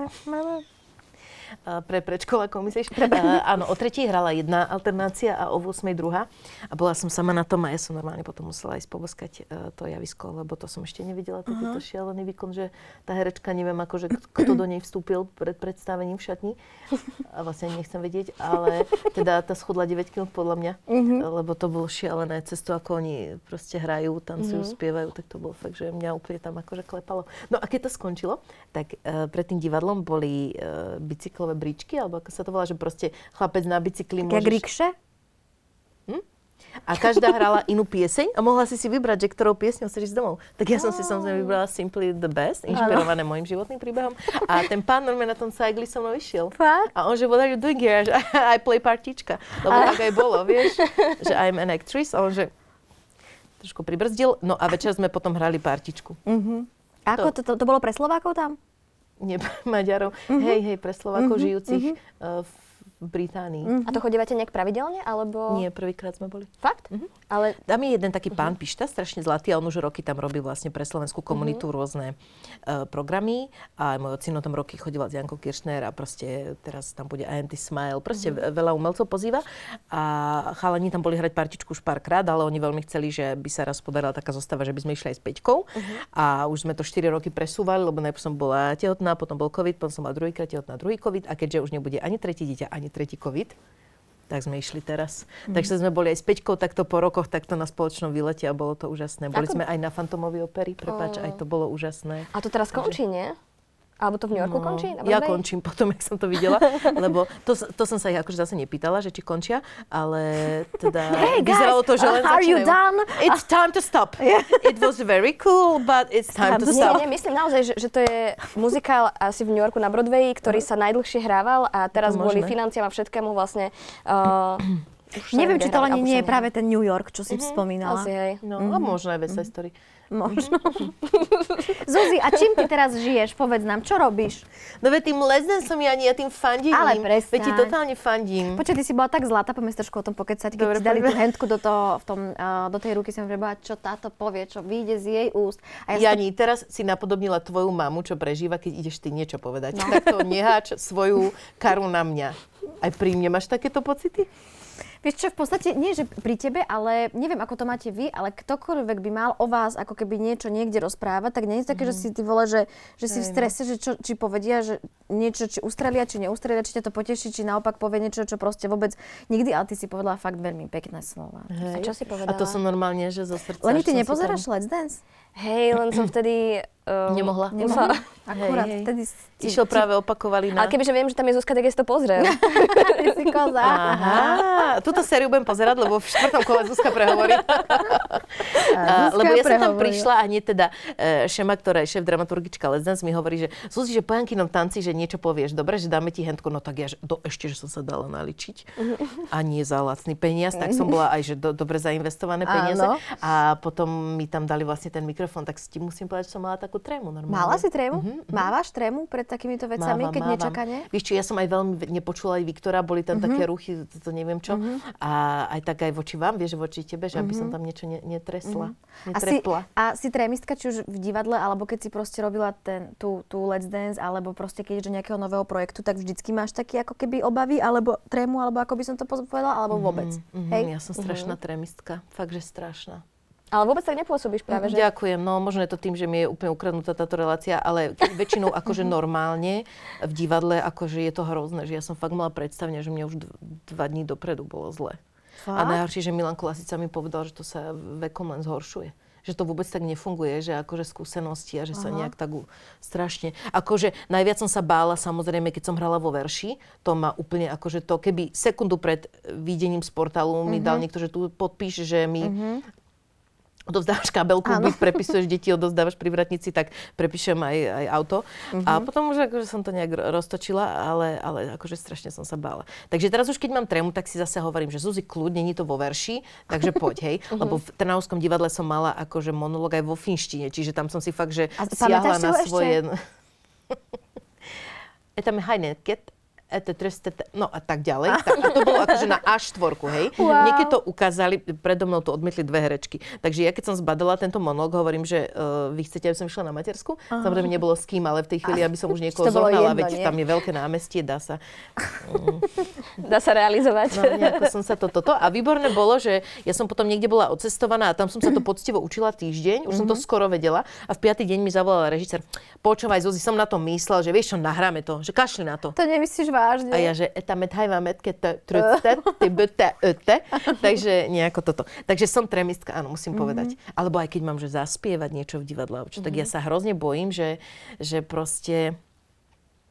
Speaker 3: A pre predškolákov, myslíš? A, áno, o tretí hrala jedna alternácia a o 8 druhá. A bola som sama na tom a ja som normálne potom musela ísť poboskať e, to javisko, lebo to som ešte nevidela, takýto šialený výkon, že tá herečka, neviem akože k- kto do nej vstúpil pred predstavením v šatni. A vlastne ani nechcem vedieť, ale teda tá schudla 9 kg podľa mňa, lebo to bolo šialené cez to, ako oni proste hrajú, tancujú, spievajú, tak to bolo fakt, že mňa úplne tam akože klepalo. No a keď to skončilo, tak e, pred tým divadlom boli e, bicyklové bríčky, alebo ako sa to volá, že proste chlapec na bicykli
Speaker 1: Jak rikše?
Speaker 3: a každá hrala inú pieseň a mohla si si vybrať, že ktorou piesňou chceš ísť domov. Tak ja som si samozrejme vybrala Simply the Best, inšpirované môjim životným príbehom. A ten pán normálne na tom cykli so mnou išiel.
Speaker 1: Fakt?
Speaker 3: A on že, what are you doing here? A že, I play partička. Lebo tak aj bolo, vieš, že I'm an actress. A on že, trošku pribrzdil. No a večer sme potom hrali partičku.
Speaker 1: Mhm. Ako to, to, to bolo pre Slovákov tam?
Speaker 3: Nie pre Maďarov. Hej, hej, pre Slovákov žijúcich eh, v Británii.
Speaker 2: A to chodívate nejak pravidelne, alebo...
Speaker 3: Nie, Mhm. prvýkrát sme boli.
Speaker 2: Fakt? Ale
Speaker 3: Tam je jeden taký pán Pišta, strašne zlatý, a on už roky tam robí vlastne pre slovenskú komunitu rôzne e, programy. A aj môj ocino tam roky chodila s Jankou Kiršner a proste teraz tam bude IMT Smile. Proste ve- veľa umelcov pozýva. A chalani tam boli hrať partičku už párkrát, ale oni veľmi chceli, že by sa raz podarila taká zostava, že by sme išli aj s Peťkou. A už sme to 4 roky presúvali, lebo najprv som bola tehotná, potom bol COVID, potom som bola druhýkrát tehotná, druhý COVID. A keďže už nebude ani tretí dieťa, ani tretí COVID, tak sme išli teraz.
Speaker 1: Mhm.
Speaker 3: Mm. Takže sme boli aj s Peťkou takto po rokoch, takto na spoločnom výlete a bolo to úžasné. Boli sme aj na Fantomovi opery, prepáč, aj to bolo úžasné.
Speaker 2: a to teraz končí, nie? Alebo to v New Yorku končí? Na
Speaker 3: No, ja
Speaker 2: Broadwayi?
Speaker 3: končím potom, jak som to videla, lebo to, s- to som sa ich akože zase nepýtala, že či končia, ale teda
Speaker 1: Hey, guys,
Speaker 3: vyzeralo to, že len
Speaker 1: are you
Speaker 3: začínajú.
Speaker 1: done?
Speaker 3: It's time to stop. It was very cool, but it's time, to
Speaker 2: Nie,
Speaker 3: stop.
Speaker 2: nie, myslím naozaj, že, že to je muzikál asi v New Yorku na Broadwayi, ktorý sa najdlhšie hrával a teraz
Speaker 3: Mhm. To
Speaker 2: kvôli
Speaker 3: možné.
Speaker 2: financiám a všetkému vlastne... Uh, už sa
Speaker 1: Neviem,
Speaker 2: nebude
Speaker 1: či to
Speaker 2: hrať,
Speaker 1: len
Speaker 2: alebo
Speaker 1: nie je
Speaker 2: sa nehrá.
Speaker 1: práve ten New York, čo si spomínala.
Speaker 2: Asi, hej.
Speaker 3: No,
Speaker 1: Mhm.
Speaker 3: a možno aj West Side Story.
Speaker 1: Možno. Zuzi, a čím ty teraz žiješ? Povedz nám, čo robíš?
Speaker 3: No veď tým lesdensom ja nie, ja tým fandím.
Speaker 1: Ale
Speaker 3: Veď ti
Speaker 1: prestaň.
Speaker 3: totálne fandím.
Speaker 1: Počkaj, ty si bola tak zlatá, poďme s trošku o tom pokecať, keď
Speaker 3: Dobre,
Speaker 1: ti dali tú
Speaker 3: poďme.
Speaker 1: hentku do, toho, v tom, uh, do tej ruky, som prebola, čo táto povie, čo vyjde z jej úst. A ja, ja...
Speaker 3: Jani, teraz si napodobnila tvoju mamu, čo prežíva, keď ideš ty niečo povedať. No. Tak to neháč svoju karu na mňa. Aj pri mne máš takéto pocity?
Speaker 1: vieš čo, v podstate nie, že pri tebe, ale neviem, ako to máte vy, ale ktokoľvek by mal o vás ako keby niečo niekde rozprávať, tak nie je to také,
Speaker 3: Mhm.
Speaker 1: že si ty vole, že, že si v strese, že čo, či povedia, že niečo, či ustrelia, či neustrelia, či ťa to poteší, či naopak povie niečo, čo proste vôbec nikdy, ale ty si povedala fakt veľmi pekné slova.
Speaker 3: Hej.
Speaker 2: čo si
Speaker 3: A to
Speaker 2: povedala?
Speaker 3: som normálne, že zo srdca.
Speaker 1: Len
Speaker 3: až
Speaker 1: ty
Speaker 3: Hm. som si
Speaker 1: nepozeráš
Speaker 3: tam-
Speaker 1: Let's Dance?
Speaker 2: Hej, len som vtedy... Um,
Speaker 3: Nemohla.
Speaker 2: Nemohla. No.
Speaker 1: Akurát,
Speaker 3: hej.
Speaker 1: vtedy si...
Speaker 3: Išiel práve opakovali na...
Speaker 2: Ale kebyže viem, že tam je Zuzka, tak ja si to pozriem.
Speaker 1: Ty si koza.
Speaker 3: Aha, túto sériu budem pozerať, lebo v štvrtom kole Zuzka prehovorí. A, lebo ja som tam
Speaker 1: prehovorila.
Speaker 3: prišla a hneď teda e, Šema, ktorá je šéf dramaturgička Let's Dance, mi hovorí, že Suzi, že po Jankinom tanci, že niečo povieš, dobre, že dáme ti hentku, no tak ja, že, do, ešte, že som sa dala naličiť a nie za lacný peniaz, tak som bola aj, že do, dobre zainvestované peniaze.
Speaker 1: Áno.
Speaker 3: A potom mi tam dali vlastne ten mikrofón, tak s tým musím povedať, že som mala takú trému normálne.
Speaker 1: Mala si trému?
Speaker 3: Mhm,
Speaker 1: Mávaš trému pred takýmito vecami, keď nečakane? Mhm.
Speaker 3: Vieš čo, ja som aj veľmi v- nepočula aj Viktora, boli tam také ruchy, to, to neviem čo. A aj tak aj voči vám, vieš, voči tebe, že aby som tam niečo ne, netresla.
Speaker 1: Mhm. A si, Mhm.
Speaker 3: Netrepla.
Speaker 1: a si trémistka, či už v divadle, alebo keď si proste robila ten, tú, tú Let's Dance, alebo proste keď ideš do nejakého nového projektu, tak vždycky máš taký ako keby obavy, alebo trému, alebo ako by som to poz- povedala, alebo vôbec.
Speaker 3: Mhm,
Speaker 1: Hej?
Speaker 3: Ja som strašná trémistka, fakt, že strašná.
Speaker 2: Ale vôbec tak nepôsobíš práve, že?
Speaker 3: Ďakujem, no možno je to tým, že mi je úplne ukradnutá táto relácia, ale keď väčšinou akože normálne v divadle, akože je to hrozné, že ja som fakt mala predstavne, že mne už dv- dva dní dopredu bolo zle. A
Speaker 1: Fakt?
Speaker 3: najhoršie, že Milan Kulasica mi povedal, že to sa vekom len zhoršuje. Že že to vôbec tak nefunguje, že akože skúsenosti a že sa nejak tak u- strašne... Akože najviac som sa bála, samozrejme, keď som hrala vo verši, to ma úplne akože to, keby sekundu pred eh, videním z portálu mi dal niekto, že tu podpíš, že mi odovzdávaš kabel, klubík, prepisuješ deti, odovzdávaš pri vratnici, tak prepíšem aj, aj auto.
Speaker 1: Mhm.
Speaker 3: A potom už akože som to nejak ro- roztočila, ale, ale akože strašne som sa bála. Takže teraz už keď mám tremu, tak si zase hovorím, že Zuzi, kľud, není to vo verši, takže poď, hej.
Speaker 1: Mhm.
Speaker 3: Lebo v Trnavskom divadle som mala akože monolog aj vo finštine, čiže tam som si fakt, že
Speaker 1: A pamätáš
Speaker 3: siahla
Speaker 1: si ho
Speaker 3: na
Speaker 1: ešte?
Speaker 3: svoje... Je tam hajneket, e, te treste, te- no a tak ďalej. Tak, a to bolo akože na A4, hej.
Speaker 1: Wow.
Speaker 3: Niekedy to ukázali, predo mnou to odmietli dve herečky. Takže ja keď som zbadala tento monológ, hovorím, že uh, vy chcete, aby som išla na matersku. Samozrejme nebolo s kým, ale v tej chvíli, aby som už
Speaker 2: to
Speaker 3: niekoho
Speaker 2: bolo jedno,
Speaker 3: zohnala, veď
Speaker 2: nie?
Speaker 3: tam je veľké námestie, dá sa.
Speaker 2: Dá sa realizovať.
Speaker 3: No, nejako som sa to, toto. A výborné bolo, že ja som potom niekde bola odcestovaná a tam som sa to poctivo učila týždeň, už som
Speaker 2: Mhm.
Speaker 3: to skoro vedela. A v piatý deň mi zavolala režisér, počúvaj Zuzi, som na to myslel, že vieš čo, nahráme to, že kašli na to.
Speaker 1: To nemyslíš vážne.
Speaker 3: A ja, že "E, eta methajva metke t- trudste, tybte, öte. E, Takže nejako toto. Takže som tremistka, áno, musím
Speaker 1: Mhm.
Speaker 3: povedať. Alebo aj keď mám, že zaspievať niečo v divadle, alebo čo, tak ja
Speaker 1: Mhm.
Speaker 3: sa hrozne bojím, že, že proste...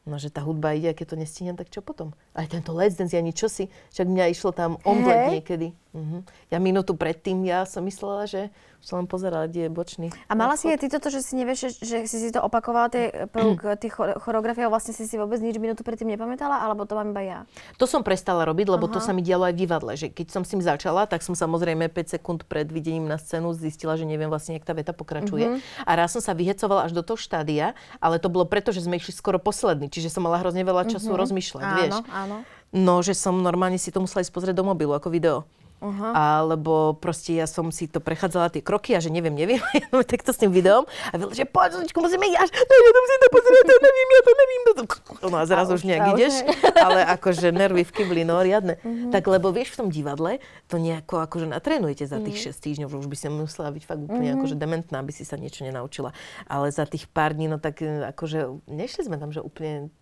Speaker 3: No, že tá hudba ide, a keď to nestíham, tak čo potom? Aj tento Let's Dance, ja ničo si, však mňa išlo tam omdleť
Speaker 1: Hej.
Speaker 3: niekedy. Mhm. Ja minútu predtým, ja som myslela, že už som len pozerala, kde je bočný.
Speaker 1: A mala si aj ty toto, že si nevieš, že- že si si to opakovala, tie eh, prvok, tých chore- choreografie, a vlastne si si vôbec nič minútu predtým nepamätala, alebo to mám iba ja?
Speaker 3: To som prestala robiť, lebo to sa mi dialo aj v divadle, že keď som s tým začala, tak som samozrejme 5 sekúnd pred videním na scénu zistila, že neviem vlastne, jak tá veta pokračuje. A raz som sa vyhecovala až do toho štádia, ale to bolo preto, že sme išli skoro poslední, čiže som mala hrozne veľa času rozmýšľať, vieš.
Speaker 1: Áno, áno.
Speaker 3: No, že som normálne si to musela ísť pozrieť do mobilu ako video. Uh-huh. Alebo proste ja som si to prechádzala tie kroky a že neviem, neviem, no, tak to s tým videom a veľa, že poď, Zuzečko, musíme ísť až, ne, ja to musím to pozrieť, to neviem, ja to neviem. To, to. No a zrazu už nejak
Speaker 1: a už,
Speaker 3: ideš, ale akože nervy v kybli, no
Speaker 1: Mhm.
Speaker 3: riadne. Uh-huh. Tak lebo vieš, v tom divadle to nejako akože natrénujete za
Speaker 1: Mhm.
Speaker 3: tých 6 týždňov, že už by si musela byť fakt úplne akože dementná, aby si sa niečo nenaučila. Ale za tých pár dní, no tak e, akože nešli sme tam, že úplne,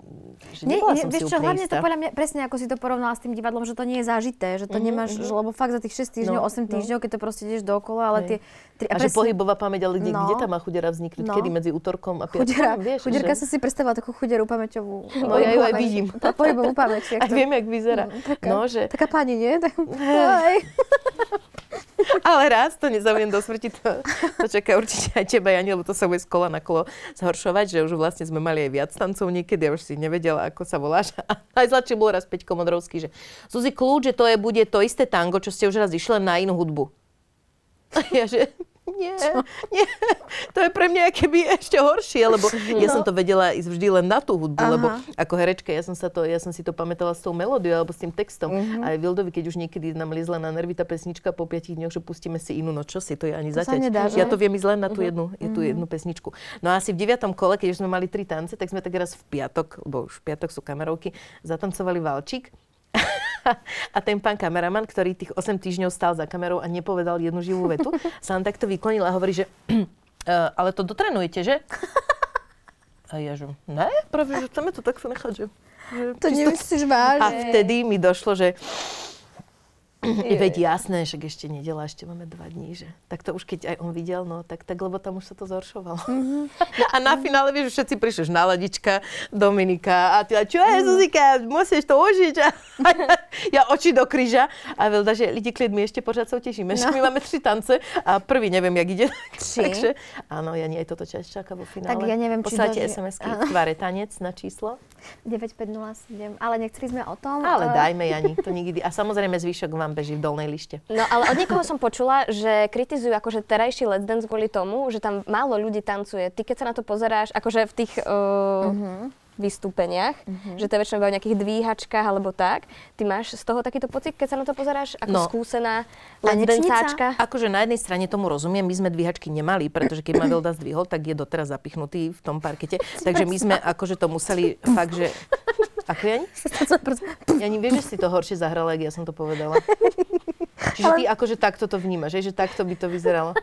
Speaker 3: že nebola som si
Speaker 1: vieš čo,
Speaker 3: úplne
Speaker 1: hlavne to
Speaker 3: istá.
Speaker 1: podľa mňa, presne ako si to porovnala s tým divadlom, že to nie je zažité, že to nemáš, že, lebo fakt za tých 6 týždňov,
Speaker 3: Mhm, No,
Speaker 1: 8 týždňov, keď to proste ideš dokola, ale
Speaker 3: Hej.
Speaker 1: tie... tri-
Speaker 3: A, že
Speaker 1: presne-
Speaker 3: pohybová pamäť, ale kde,
Speaker 1: No.
Speaker 3: kde tam má chudera vzniknúť?
Speaker 1: No.
Speaker 3: Kedy medzi útorkom a piatkom?
Speaker 1: Chudera,
Speaker 3: vieš,
Speaker 1: chuderka
Speaker 3: že...
Speaker 1: som si predstavila takú chuderú pamäťovú.
Speaker 3: No, ja ju aj vidím.
Speaker 1: Tá pohybovú pamäť. jak
Speaker 3: Aj
Speaker 1: to- Mm,
Speaker 3: viem, jak vyzerá.
Speaker 1: taká,
Speaker 3: No, že...
Speaker 1: taká pani, nie? Tak, Aj.
Speaker 3: Ale raz to nezaujem do smrti, to, to čaká určite aj teba, Jani, lebo to sa bude z kola na kolo zhoršovať, že už vlastne sme mali aj viac tancov niekedy, ja už si nevedela, ako sa voláš. A najzladšie bol raz Peťko Modrovský, že Suzy, kľúč, že to je, bude to isté tango, čo ste už raz išli len na inú hudbu. A ja, že nie, nie, to je pre mňa keby ešte horšie, lebo ja som to vedela ísť vždy len na tú hudbu,
Speaker 1: No. Aha.
Speaker 3: lebo ako herečka, ja som, sa to, ja som si to pamätala s tou melódiou alebo s tým textom.
Speaker 1: Mhm.
Speaker 3: A aj Vildovi, keď už niekedy nám liezla na nervy tá pesnička po 5 dňoch, že pustíme si inú, no čo si, to je ani
Speaker 1: To sa
Speaker 3: zatiaľ.
Speaker 1: nedá, že?
Speaker 3: Ja to viem ísť len na tú jednu, je tú jednu pesničku. No a asi v 9. kole, keď už sme mali tri tance, tak sme tak raz v piatok, lebo už v piatok sú kamerovky, zatancovali valčík. A ten pán kameraman, ktorý tých 8 týždňov stál za kamerou a nepovedal jednu živú vetu, sa len takto vyklonil a hovorí, že "Eh, ale to dotrenujete, že? A ja že, ne, práve, že chceme to tak sa nechať, že... že
Speaker 1: To
Speaker 3: čisto
Speaker 1: nemyslíš vážne.
Speaker 3: a vtedy mi došlo, že Veď jasné, že ešte nedela, ešte máme dva dní, že. Tak to už keď aj on videl, no tak, tak lebo tam už sa to zhoršovalo.
Speaker 1: Mhm.
Speaker 3: A na finále, vieš, už všetci prišli, že naladička, Dominika a ty, a čo
Speaker 1: Mhm.
Speaker 3: je, Zuzika, musíš to užiť. A ja oči do kryža a veľda, že lidi klid, my ešte pořád sa tešíme, že my máme tři tance a prvý neviem, jak ide.
Speaker 1: No. Tři?
Speaker 3: Takže áno, ja nie aj toto čas čaká vo finále.
Speaker 1: Tak ja neviem, či
Speaker 3: Posláte
Speaker 1: doži-
Speaker 3: SMS-ky, tvare tanec na číslo.
Speaker 1: 9507, ale nechceli sme o tom. eh,
Speaker 3: Ale dajme, Jani, to nikdy. A samozrejme zvyšok vám beží v dolnej lište.
Speaker 2: No ale od niekoho som počula, že kritizujú akože terajší Let's Dance kvôli tomu, že tam málo ľudí tancuje. Ty keď sa na to pozeráš, akože v tých uh, vystúpeniach, že to je väčšinou iba o nejakých dvíhačkách alebo tak, ty máš z toho takýto pocit, keď sa na to pozeráš, ako
Speaker 3: No.
Speaker 2: skúsená Let's
Speaker 1: Tanečnica?
Speaker 2: Danceáčka?
Speaker 3: Akože na jednej strane tomu rozumiem, my sme dvíhačky nemali, pretože keď ma Vilda zdvihol, tak je doteraz zapichnutý v tom parkete. Takže my sme akože to museli fakt, že... Ako Jani? Jani, vieš, že si to horšie zahrala, jak ja som to povedala. Čiže ty akože takto to vnímaš, hej, že takto by to vyzeralo.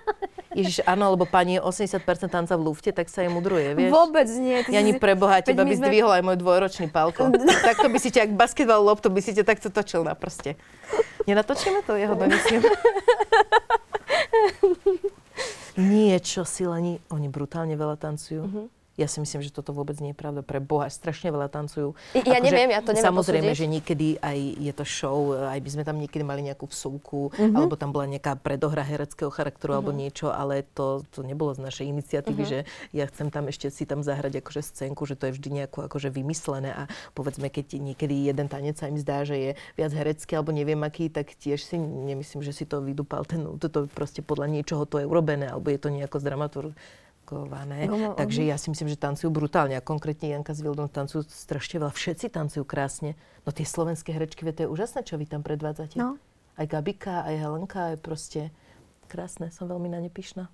Speaker 3: Ježiš, áno, lebo pani je 80% tanca v lufte, tak sa jej mudruje, vieš?
Speaker 1: Vôbec nie. ty
Speaker 3: Jani,
Speaker 1: si-
Speaker 3: preboha,
Speaker 1: Veď my
Speaker 3: teba by
Speaker 1: sme-
Speaker 3: zdvihol aj môj dvojročný palko. takto by si ťa, ak basketbal loptu, by si ťa takto točil na prste. Nenatočíme to, jeho donesiem. niečo silani, oni brutálne veľa tancujú. Ja si myslím, že toto vôbec nie je pravda. Pre Boha, strašne veľa tancujú.
Speaker 2: I-
Speaker 3: Akože
Speaker 2: ja neviem, ja to neviem
Speaker 3: Samozrejme,
Speaker 2: posúdiť.
Speaker 3: že niekedy aj je to show, aj by sme tam niekedy mali nejakú vsúku, alebo tam bola nejaká predohra hereckého charakteru alebo niečo, ale to, to nebolo z našej iniciatívy, že ja chcem tam ešte si tam zahrať akože scénku, že to je vždy nejako akože vymyslené a povedzme, keď niekedy jeden tanec sa im zdá, že je viac herecký alebo neviem aký, tak tiež si nemyslím, že si to vydupal ten, toto proste podľa niečoho to je urobené, alebo je to nejako zdramaturg Gované.
Speaker 1: Gomo-
Speaker 3: Takže ja si myslím, že tancujú brutálne. A konkrétne Janka s Vildom tancujú strašne veľa. Všetci tancujú krásne. No tie slovenské herečky, veď to je úžasné, čo vy tam predvádzate.
Speaker 1: No.
Speaker 3: Aj Gabika, aj Helenka, aj proste krásne. Som veľmi na ne pyšná.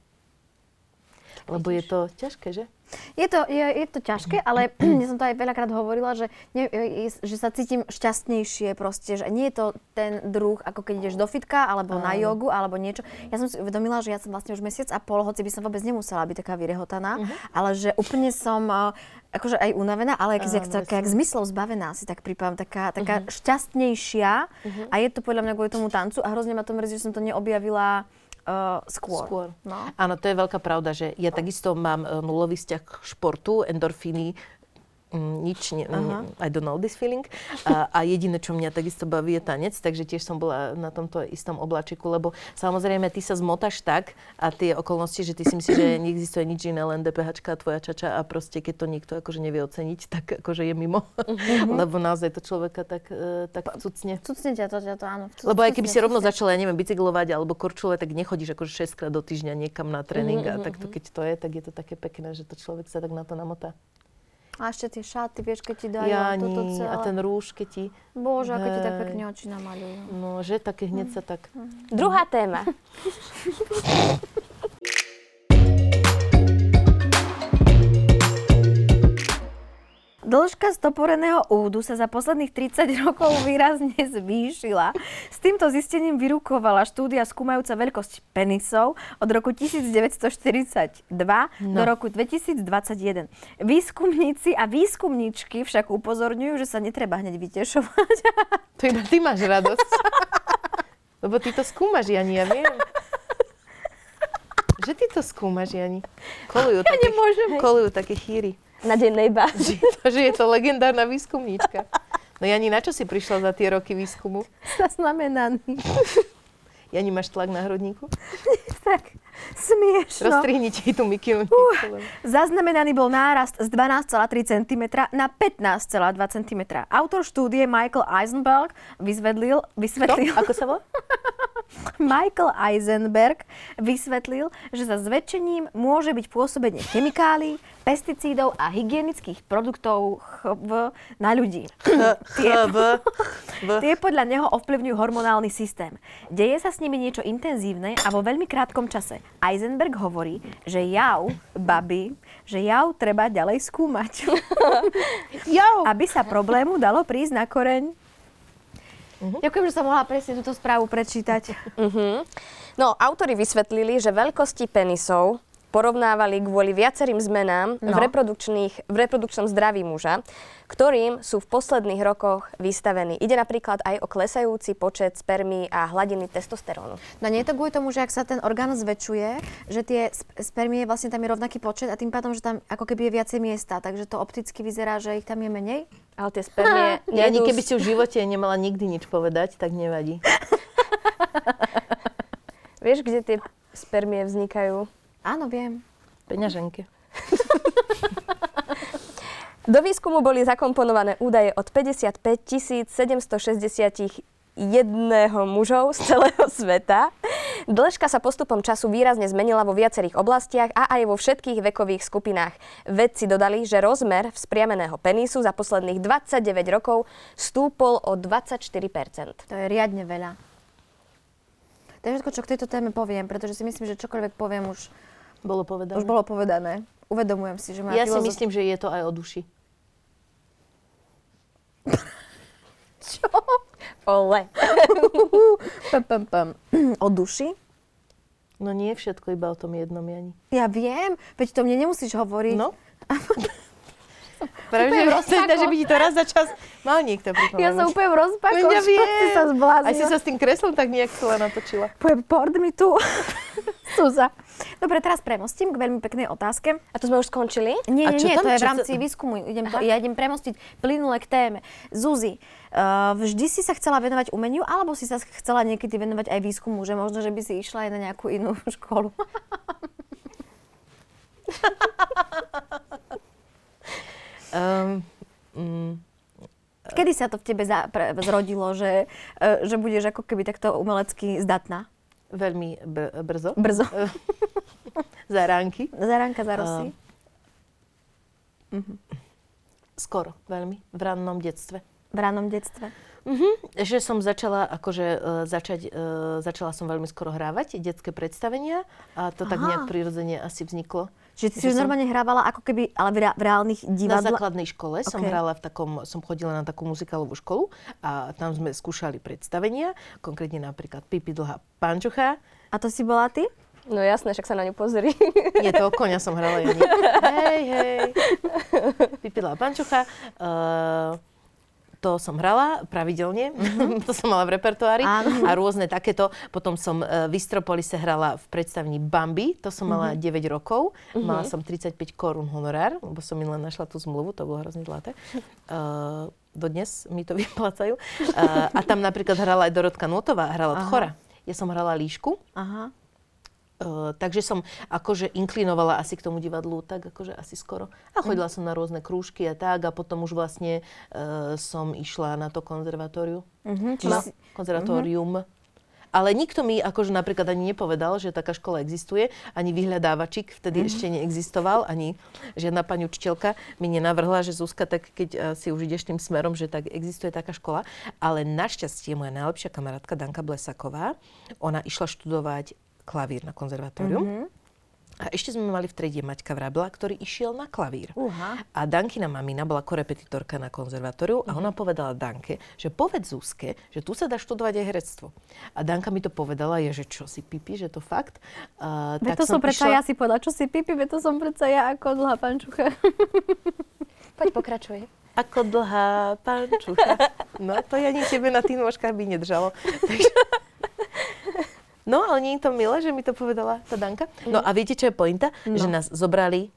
Speaker 3: Lebo je to ťažké, že?
Speaker 1: Je to, je, je to ťažké, ale ja som to aj veľakrát hovorila, že, ne, e, že sa cítim šťastnejšie proste, že nie je to ten druh, ako keď ideš do fitka, alebo na jogu, alebo niečo. Ja som si uvedomila, že ja som vlastne už mesiac a pol, hoci by som vôbec nemusela byť taká vyrehotaná, ale že úplne som e, akože aj unavená, ale jak, jak,
Speaker 3: Áno,
Speaker 1: tak, jak zmyslov zbavená si tak pripávam, taká, taká šťastnejšia a je to podľa mňa kvôli tomu tancu a hrozne ma to mrzí, že som to neobjavila uh, skôr. No.
Speaker 3: Áno, to je veľká pravda, že ja takisto mám e, nulový vzťah k športu, endorfíny, mm, nič, ne, mm, I don't know this feeling. A, a jediné, čo mňa takisto baví, je tanec, takže tiež som bola na tomto istom oblačiku, lebo samozrejme ty sa zmotáš tak a tie okolnosti, že ty si myslíš, že neexistuje nič iné, len DPH, tvoja čača a proste keď to nikto akože nevie oceniť, tak akože je mimo. lebo naozaj to človeka tak, e, tak cucne.
Speaker 1: Cucne ťa to, ťa to, áno. Cucne,
Speaker 3: Lebo aj keby si
Speaker 1: cucne.
Speaker 3: rovno začala, ja neviem, bicyklovať alebo korčule, tak nechodíš akože 6 krát do týždňa niekam na tréning
Speaker 1: Mm,
Speaker 3: a tak to keď to je, tak je to také pekné, že to človek sa tak na to namotá.
Speaker 1: A ešte tie šaty, vieš, keď ti dajú ja,
Speaker 3: Ja,
Speaker 1: toto celé.
Speaker 3: a ten rúž, keď ti,
Speaker 1: Bože, ako ti tak
Speaker 3: Hej.
Speaker 1: pekne Mm. oči namaľujú.
Speaker 3: no že také hneď sa tak.
Speaker 2: Druhá téma.
Speaker 1: Dĺžka stoporeného údu sa za posledných 30 rokov výrazne zvýšila. S týmto zistením vyrukovala štúdia skúmajúca veľkosť penisov od roku 1942 do roku 2021. Výskumníci a výskumníčky však upozorňujú, že sa netreba hneď vytešovať.
Speaker 3: To iba ty máš radosť. Lebo ty to skúmaš, Jani, ja viem. Že ty to skúmaš, Jani. Kolujú také,
Speaker 1: nemôžem.
Speaker 3: Kolujú také chýry.
Speaker 2: Na dennej bázi.
Speaker 3: Že je to, že je to legendárna výskumníčka. No Jani, na čo si prišla za tie roky výskumu?
Speaker 1: Zaznamenaný.
Speaker 3: Jani, máš tlak na hrudníku?
Speaker 1: No. tak smiešno.
Speaker 3: Roztrihni ti tú mikinu.
Speaker 1: Zaznamenaný bol nárast z 12,3 cm na 15,2 cm. Autor štúdie Michael Eisenberg vyzvedlil, vysvetlil,
Speaker 3: Ako sa volá?
Speaker 1: Michael Eisenberg vysvetlil, že za zväčšením môže byť pôsobenie chemikálií, pesticídov a hygienických produktov chv na ľudí.
Speaker 3: Tie.
Speaker 1: Tie podľa neho ovplyvňujú hormonálny systém. Deje sa s nimi niečo intenzívne a vo veľmi krátkom čase. Eisenberg hovorí, že jav, baby, že jav treba ďalej skúmať,
Speaker 3: Jau!
Speaker 1: aby sa problému dalo prísť na koreň. Ďakujem, že som mohla presne túto správu prečítať.
Speaker 2: No, autori vysvetlili, že veľkosti penisov porovnávali kvôli viacerým zmenám v,
Speaker 1: No.
Speaker 2: reprodukčných, v reprodukčnom zdraví muža, ktorým sú v posledných rokoch vystavení. Ide napríklad aj o klesajúci počet spermí a hladiny testosterónu.
Speaker 1: No nie je to kvôli tomu, že ak sa ten orgán zväčšuje, že tie sp- spermie vlastne tam je rovnaký počet a tým pádom, že tam ako keby je viacej miesta, takže to opticky vyzerá, že ich tam je menej.
Speaker 2: Ale tie spermie...
Speaker 3: Ja ani
Speaker 2: nejdú
Speaker 3: keby
Speaker 2: s-
Speaker 3: si v živote nemala nikdy nič povedať, tak nevadí.
Speaker 2: Vieš, kde tie spermie vznikajú?
Speaker 1: Áno, viem.
Speaker 3: Peňaženke.
Speaker 2: Do výskumu boli zakomponované údaje od 55 760 jedného mužov z celého sveta. Dĺžka sa postupom času výrazne zmenila vo viacerých oblastiach a aj vo všetkých vekových skupinách. Vedci dodali, že rozmer vzpriameného penisu za posledných 29 rokov stúpol o 24
Speaker 1: To je riadne veľa. To je všetko, čo k tejto téme poviem, pretože si myslím, že čokoľvek poviem už,
Speaker 3: Bolo povedané.
Speaker 1: už bolo povedané. Uvedomujem si, že moja
Speaker 3: Ja si
Speaker 1: filozof-
Speaker 3: myslím, že je to aj o duši.
Speaker 1: Čo?
Speaker 2: Ole.
Speaker 1: Pam, pam, pam. O duši?
Speaker 3: No nie je všetko iba o tom jednom, Jani.
Speaker 1: Ja viem, veď to mne nemusíš hovoriť.
Speaker 3: No? Práve,
Speaker 1: Úplne
Speaker 3: že
Speaker 1: v
Speaker 3: rozseda,
Speaker 1: rozpakoch.
Speaker 3: že by ti to raz za čas mal
Speaker 1: Ja
Speaker 3: niekto
Speaker 1: som
Speaker 3: pripomenúť. No,
Speaker 1: úplne v rozpaku,
Speaker 3: Veď ja
Speaker 1: že si
Speaker 3: viem.
Speaker 1: sa zbláznila.
Speaker 3: Aj si sa s tým kreslom tak nejak celá natočila.
Speaker 1: Poviem, pord mi tu. Zúza. Dobre, teraz premostím k veľmi peknej otázke.
Speaker 2: A to sme už skončili?
Speaker 1: Nie,
Speaker 3: A
Speaker 1: nie,
Speaker 3: čo
Speaker 1: nie,
Speaker 3: tam?
Speaker 1: to je v
Speaker 3: Čo
Speaker 1: rámci
Speaker 3: sa-
Speaker 1: výskumu. Idem to, ja idem premostiť plynule k téme. Zuzi, uh, vždy si sa chcela venovať umeniu, alebo si sa chcela niekedy venovať aj výskumu, že možno, že by si išla aj na nejakú inú školu?
Speaker 3: Um, mm,
Speaker 1: Kedy sa to v tebe za, pre, zrodilo, že, uh, že budeš ako keby takto umelecky zdatná?
Speaker 3: veľmi br- brzo.
Speaker 1: Brzo.
Speaker 3: Za ránky.
Speaker 1: Zaránka za
Speaker 3: Eh.
Speaker 1: rosy.
Speaker 3: Skoro, veľmi. V rannom detstve.
Speaker 1: V ránom detstve.
Speaker 3: Že som začala, akože e, začať, e, začala som veľmi skoro hrávať detské predstavenia a to tak
Speaker 1: Aha.
Speaker 3: nejak prirodzene asi vzniklo.
Speaker 1: Čiže ty si už
Speaker 3: Že som-
Speaker 1: normálne hrávala ako keby, ale v, rea- v reálnych
Speaker 3: Na
Speaker 1: divadlách.
Speaker 3: základnej škole som
Speaker 1: Ok.
Speaker 3: hrala v takom, som chodila na takú muzikálovú školu a tam sme skúšali predstavenia, konkrétne napríklad Pipi dlhá pančucha.
Speaker 1: A to si bola ty?
Speaker 2: No jasné, však sa na ňu pozri.
Speaker 3: Nie, to konia som hrala ja nie. Hej, hej. Pipi dlhá pančucha. Uh, to som hrala pravidelne, to som mala v repertoári
Speaker 1: Áno.
Speaker 3: a rôzne takéto. Potom som e, v Istropolise hrala v predstavení Bambi, to som mala 9 rokov, mala som 35 korún honorár, lebo som im len našla tú zmluvu, to bolo hrozne zlaté. Uh, dodnes mi to vyplácajú. E, a tam napríklad hrala aj Dorotka Notová, hrala Tchora. Ja som hrala Líšku,
Speaker 1: Aha.
Speaker 3: Uh, takže som akože inklinovala asi k tomu divadlu, tak akože asi skoro. A chodila som na rôzne krúžky a tak a potom už vlastne uh, som išla na to konzervatóriu.
Speaker 1: Mhm, čiže
Speaker 3: Na
Speaker 1: si-
Speaker 3: konzervatórium. Ale nikto mi akože napríklad ani nepovedal, že taká škola existuje, ani vyhľadávačik vtedy ešte neexistoval, ani žiadna pani učiteľka mi nenavrhla, že Zuzka, tak keď eh, si už ideš tým smerom, že tak existuje taká škola. Ale našťastie moja najlepšia kamarátka Danka Blesaková, ona išla študovať klavír na konzervatórium. A ešte sme mali v triede Maťka Vrabla, ktorý išiel na klavír.
Speaker 1: Uha. Mhm.
Speaker 3: A Dankina mamina bola korepetitorka na konzervatóriu a ona povedala Danke, že povedz Zuzke, že tu sa dá študovať aj herectvo. A Danka mi to povedala, je, že čo si pipi, že to fakt. Uh,
Speaker 1: Veď to som, predsa ja si povedala, čo si pipi, veď to som predsa ja ako dlhá pančucha.
Speaker 2: Poď pokračuj.
Speaker 3: Ako dlhá pančucha. No to ja ani tebe na tých nôžkach by nedržalo. Takže- No, ale nie je to milé, že mi to povedala tá Danka. No
Speaker 1: Mhm.
Speaker 3: a viete, čo je pointa? Že
Speaker 1: No.
Speaker 3: nás zobrali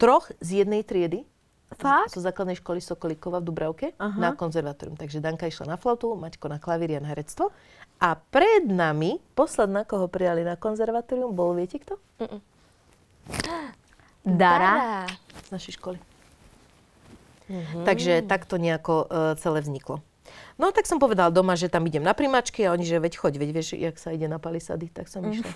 Speaker 3: troch z jednej triedy.
Speaker 1: Fakt?
Speaker 3: Zo základnej školy Sokolíkova v Dubravke na konzervatórium. Takže Danka išla na flautu, Maťko na klavír, ja na herectvo. A pred nami, posledná, koho prijali na konzervatórium, bol, viete kto?
Speaker 1: Dara.
Speaker 3: Z našej školy. Takže takto nejako uh, celé vzniklo. No tak som povedala doma, že tam idem na primačky a oni, že veď choď, veď vieš, jak sa ide na palisady, tak som išla.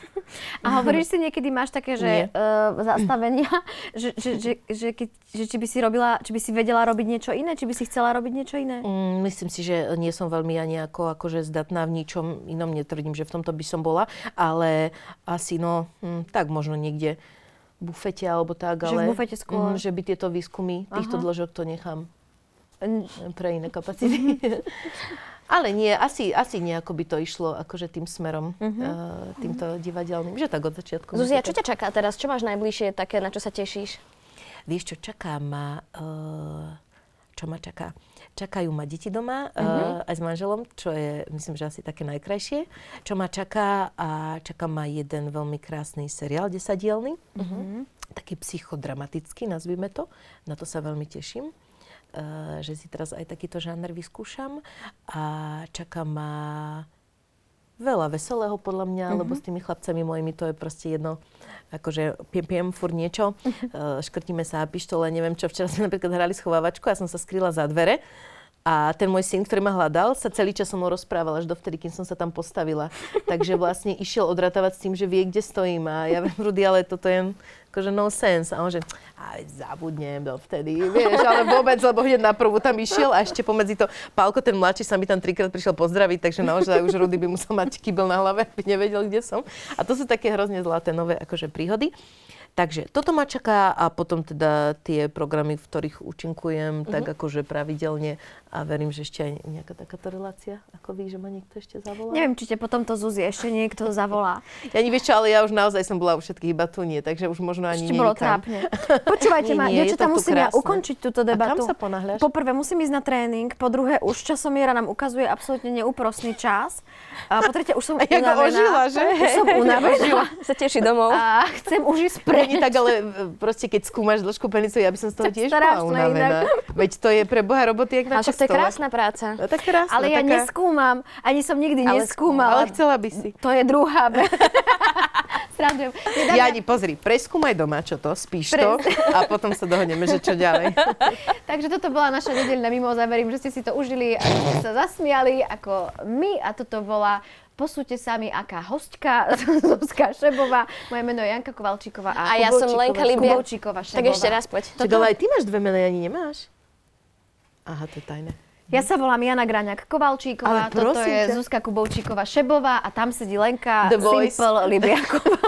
Speaker 1: A hovoríš si niekedy, máš také,
Speaker 3: Nie.
Speaker 1: že uh, zastavenia, že, že, že, že, keď, že či, by si robila, či by si vedela robiť niečo iné, či by si chcela robiť niečo iné?
Speaker 3: Mm, myslím si, že nie som veľmi ja nejako akože zdatná v ničom inom, netvrdím, že v tomto by som bola, ale asi no, mm, tak možno niekde v bufete alebo tak,
Speaker 1: Že v
Speaker 3: ale mm,
Speaker 1: bufete skôr.
Speaker 3: že by tieto výskumy týchto
Speaker 1: Aha.
Speaker 3: dĺžok to nechám mm,
Speaker 1: N-
Speaker 3: pre iné kapacity. ale nie, asi, asi nejako by to išlo akože tým smerom,
Speaker 1: Mhm.
Speaker 3: eh, týmto divadelným, že tak od začiatku.
Speaker 2: Zuzia, čo
Speaker 3: ťa...
Speaker 2: ťa čaká teraz? Čo máš najbližšie také, na čo sa tešíš?
Speaker 3: Vieš čo, čaká ma... eh, čo ma čaká? Čakajú ma deti doma, eh, aj s manželom, čo je, myslím, že asi také najkrajšie. Čo ma čaká a čaká ma jeden veľmi krásny seriál, desadielny, taký psychodramatický, nazvime to. Na to sa veľmi teším, eh, že si teraz aj takýto žáner vyskúšam. A čaká ma veľa veselého podľa mňa, lebo s tými chlapcami mojimi to je proste jedno, akože piem, piem fur niečo, uh, škrtíme sa a pištole, neviem čo, včera sme napríklad hrali schovávačku a som sa skrýla za dvere a ten môj syn, ktorý ma hľadal, sa celý čas so mnou rozprával až dovtedy, kým som sa tam postavila. Takže vlastne išiel odratávať s tým, že vie, kde stojím a ja viem, Rudy, ale toto je akože no sense. A on že, aj zabudnem dovtedy, vieš, ale vôbec, lebo hneď na prvú tam išiel a ešte pomedzi to, Pálko, ten mladší sa mi tam trikrát prišiel pozdraviť, takže naozaj už Rudy by musel mať kybel na hlave, aby nevedel, kde som. A to sú také hrozne zlaté nové akože príhody. Takže toto ma čaká a potom teda tie programy, v ktorých účinkujem,
Speaker 1: Mhm.
Speaker 3: tak akože pravidelne a verím, že ešte aj nejaká takáto relácia, ako vy, že ma niekto ešte zavolá.
Speaker 1: Neviem, či te potom to Zuzi ešte niekto zavolá.
Speaker 3: Ja ani vieš čo, ale ja už naozaj som bola u všetkých iba tu nie, takže už možno ani
Speaker 1: Ešte bolo
Speaker 3: niekam.
Speaker 1: trápne. Počúvajte
Speaker 3: Nie,
Speaker 1: ma,
Speaker 3: nie, je
Speaker 1: dievčatá,
Speaker 3: to tu
Speaker 1: musím ja
Speaker 3: krásne.
Speaker 1: ukončiť túto
Speaker 3: kam
Speaker 1: debatu.
Speaker 3: sa ponáhľaš?
Speaker 1: Po prvé, musím ísť na tréning, po druhé, už časomiera nám ukazuje absolútne neúprosný čas. A po tretie, už som
Speaker 3: A jak
Speaker 1: unavená.
Speaker 3: ožila, že?
Speaker 1: Už som unavená.
Speaker 2: Sa teší domov.
Speaker 1: A chcem už ísť preč.
Speaker 3: Není tak, ale e, proste keď skúmaš dĺžku penicu, ja by som z toho
Speaker 1: Tak
Speaker 3: tiež
Speaker 1: staráš sa
Speaker 3: bola
Speaker 1: inak.
Speaker 3: unavená. Veď to je pre Boha roboty, jak
Speaker 2: A
Speaker 3: na
Speaker 2: však to je
Speaker 3: kostole.
Speaker 2: krásna práca.
Speaker 3: No, tak krásna,
Speaker 1: Ale ja
Speaker 3: taká,
Speaker 1: neskúmam, ani som nikdy
Speaker 2: Ale
Speaker 1: neskúmala.
Speaker 3: ale chcela by si.
Speaker 1: To je druhá vec. Srandujem. Nedávna-
Speaker 3: Jani, pozri, preskúmaj doma, čo to, spíš to a potom sa dohodneme, že čo ďalej.
Speaker 1: Takže toto bola naša nedeľná mimoza. Verím, že ste si to užili a že ste sa zasmiali ako my. A toto bola Posúďte sami, aká hostka, Zuzka Šebová. Moje meno je Janka Kovalčíková a,
Speaker 2: A ja som
Speaker 1: Kubovčíková-
Speaker 2: Lenka Libier.
Speaker 1: Kubovčíková Šebová.
Speaker 2: Tak ešte raz poď.
Speaker 3: Čak, ale aj ty máš dve mená, Jani, nemáš? Aha, to je tajné.
Speaker 1: Ja sa volám Jana Graňák Kovalčíková,
Speaker 3: Ale
Speaker 1: toto
Speaker 3: prosím
Speaker 1: je
Speaker 3: ťa.
Speaker 1: Zuzka Kubovčíková Šebová a tam sedí Lenka
Speaker 3: The Voice.
Speaker 1: Simple Libiaková.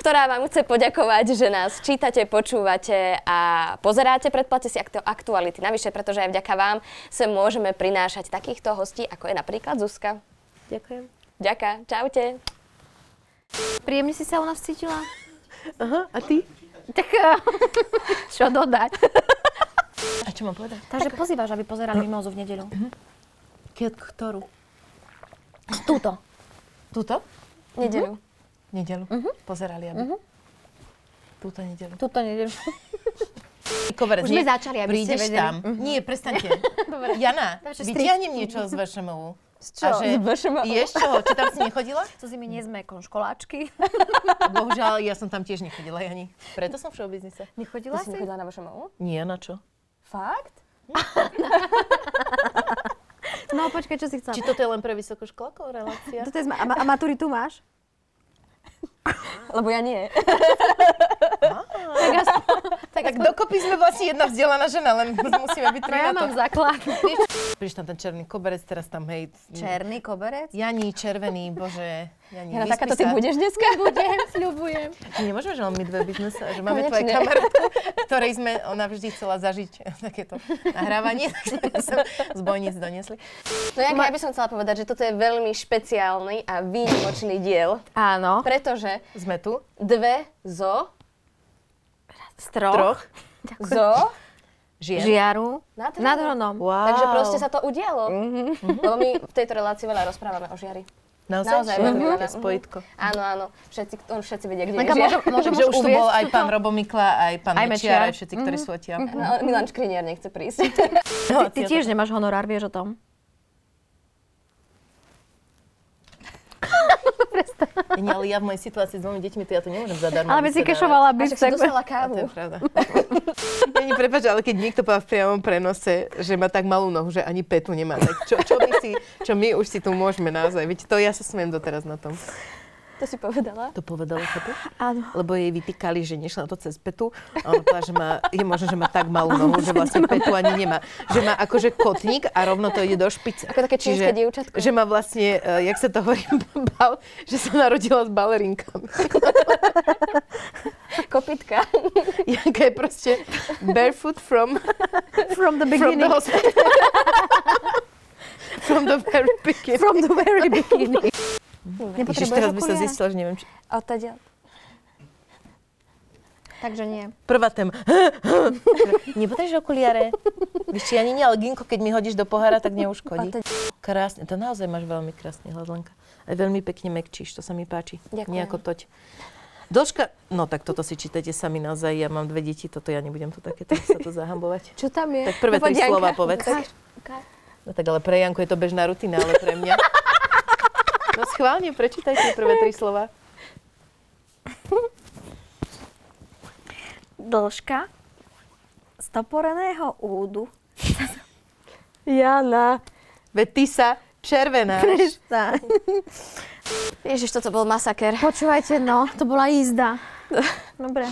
Speaker 2: ktorá vám chce poďakovať, že nás čítate, počúvate a pozeráte. Predplatte si aktu- aktuality. Navyše, pretože aj vďaka vám sem môžeme prinášať takýchto hostí, ako je napríklad Zuzka.
Speaker 3: Ďakujem.
Speaker 2: Ďaká, čaute.
Speaker 1: Príjemne si sa u nás cítila?
Speaker 3: Aha, a ty?
Speaker 1: Tak čo dodať?
Speaker 3: A čo mám povedať?
Speaker 1: Takže pozývaš, aby pozerali mimozu v nedeľu.
Speaker 3: Keď ktorú?
Speaker 1: Túto.
Speaker 3: Tuto?
Speaker 2: Nedelu.
Speaker 1: Mhm.
Speaker 3: Nedelu. Pozerali, aby. Túto nedelu.
Speaker 1: Túto nedeľu.
Speaker 3: Koverec,
Speaker 1: Už sme
Speaker 3: nie-
Speaker 1: začali, aby ste
Speaker 3: prídeš
Speaker 1: vedeli.
Speaker 3: tam. Nie, prestaňte. Jana,
Speaker 1: Takže
Speaker 3: vytiahnem niečo z VŠMU. Z
Speaker 2: čo? Z VŠMU?
Speaker 3: Vieš čo? Či tam si nechodila?
Speaker 1: Co si my nie sme konškoláčky.
Speaker 3: Bohužiaľ, ja som tam tiež nechodila, Jani. Preto som v showbiznise.
Speaker 1: Nechodila si?
Speaker 2: chodila na vašom OU?
Speaker 3: Nie, na čo?
Speaker 2: Vlastne- Fakt?
Speaker 1: No počkaj, čo si chcela?
Speaker 3: Či toto je len pre vysokoškolákov relácia?
Speaker 1: Toto je zma- a, ma- a maturitu máš?
Speaker 2: Lebo ja nie.
Speaker 3: Tak dokopy sme vlastne jedna vzdelaná žena, len musíme byť
Speaker 1: No
Speaker 3: tri
Speaker 1: ja
Speaker 3: na to.
Speaker 1: mám základ.
Speaker 3: Prídeš tam ten černý koberec, teraz tam hej.
Speaker 1: Černý koberec?
Speaker 3: Jani, červený, bože. Jani,
Speaker 2: Ja na
Speaker 3: vyspí
Speaker 2: takáto ty
Speaker 3: sa.
Speaker 2: budeš dneska?
Speaker 1: Budem, sľubujem.
Speaker 3: My nemôžeme, že máme dve biznese, že máme
Speaker 2: Konečne.
Speaker 3: tvoje kamarátku, ktorej sme, ona vždy chcela zažiť takéto nahrávanie, tak sme ju sem z bojnic doniesli.
Speaker 2: No Janka, ja by som chcela povedať, že toto je veľmi špeciálny a výnimočný diel,
Speaker 1: Áno.
Speaker 2: pretože
Speaker 3: Sme tu,
Speaker 2: dve zo,
Speaker 1: Stroh.
Speaker 3: troch
Speaker 2: zo,
Speaker 3: žien.
Speaker 1: Žiaru.
Speaker 2: Nad hronom.
Speaker 1: Nad hronom.
Speaker 3: Wow.
Speaker 2: takže proste sa to udialo.
Speaker 1: Mhm.
Speaker 2: Lebo my v tejto relácii veľa rozprávame o žiari.
Speaker 3: Naozaj,
Speaker 2: Naozaj
Speaker 3: že to je
Speaker 2: veľmi
Speaker 3: také
Speaker 2: veľa.
Speaker 3: spojitko.
Speaker 2: Áno, áno, všetci, on všetci vedia, kde
Speaker 1: Mhm. Lenka,
Speaker 2: je žiar.
Speaker 1: môžem, môžem
Speaker 3: Takže už tu bol
Speaker 1: uviesť
Speaker 3: aj
Speaker 1: túto?
Speaker 3: pán Robo Mikla, aj pán
Speaker 1: Aj Mečiar. Mhm.
Speaker 3: Mečiar, aj všetci, ktorí sú odtiaľ.
Speaker 2: No, ale Milan Škriniar nechce prísť.
Speaker 1: Ty, ty tiež nemáš honorár, vieš o tom?
Speaker 3: Nie, ale ja v mojej situácii s dvomi deťmi, to ja to nemôžem zadarmo.
Speaker 1: Ale by si
Speaker 3: vysedávať.
Speaker 1: kešovala
Speaker 2: A
Speaker 1: by
Speaker 2: však si dostala
Speaker 3: To je
Speaker 2: kávu.
Speaker 3: pravda. Není, prepáč, ale keď niekto povie v priamom prenose, že má tak malú nohu, že ani petu nemá, tak čo, čo, my, si, čo my už si tu môžeme naozaj? Veď to ja sa smiem doteraz na tom.
Speaker 2: To si povedala.
Speaker 3: To povedala chápeš?
Speaker 1: Áno.
Speaker 3: Lebo jej vytýkali, že nešla na to cez petu a ona povedala, že má, je možné, že má tak malú nohu, že vlastne petu ani nemá. Že má akože kotník a rovno to ide do špice.
Speaker 2: Ako také čínske
Speaker 3: Čiže-
Speaker 2: dievčatko.
Speaker 3: Že má vlastne, eh, jak sa to hovorí, bal, že sa narodila s balerinkami.
Speaker 2: Kopitka.
Speaker 3: Janka je proste barefoot from,
Speaker 1: From the
Speaker 3: from the
Speaker 1: beginning.
Speaker 3: hospital. from the very beginning.
Speaker 1: From the very beginning.
Speaker 3: Ježiš,
Speaker 1: Nepotrebuješ
Speaker 3: teraz by sa
Speaker 1: okuliare?
Speaker 3: zistila, že neviem, či...
Speaker 1: teda,
Speaker 2: Odtadiaľ.
Speaker 1: Takže nie.
Speaker 3: Prvá téma. Nepotrebuješ okuliare? Víš, či ani nie, ale ginko, keď mi hodíš do pohára, tak neuškodí.
Speaker 2: Odtadiaľ.
Speaker 3: Krásne, to naozaj máš veľmi krásne hlas, Lenka. Aj veľmi pekne mekčíš, to sa mi páči.
Speaker 2: Ďakujem.
Speaker 3: Nejako toť. Dĺžka, no tak toto si čítajte sami naozaj, ja mám dve deti, toto ja nebudem tu takéto sa to zahambovať.
Speaker 1: Čo tam je?
Speaker 3: Tak prvé
Speaker 2: Poď,
Speaker 3: tri
Speaker 2: Janka.
Speaker 3: slova povedz.
Speaker 1: Ukáž, ukáž.
Speaker 3: No tak ale pre Janku je to bežná rutina, ale pre mňa. No schválne, prečítaj si prvé tri slova.
Speaker 1: Dĺžka stoporeného údu.
Speaker 2: Jana.
Speaker 3: Veď ty sa červená.
Speaker 1: Tak.
Speaker 2: Ježiš, toto bol masaker.
Speaker 1: Počúvajte, no, to bola jízda. Dobre.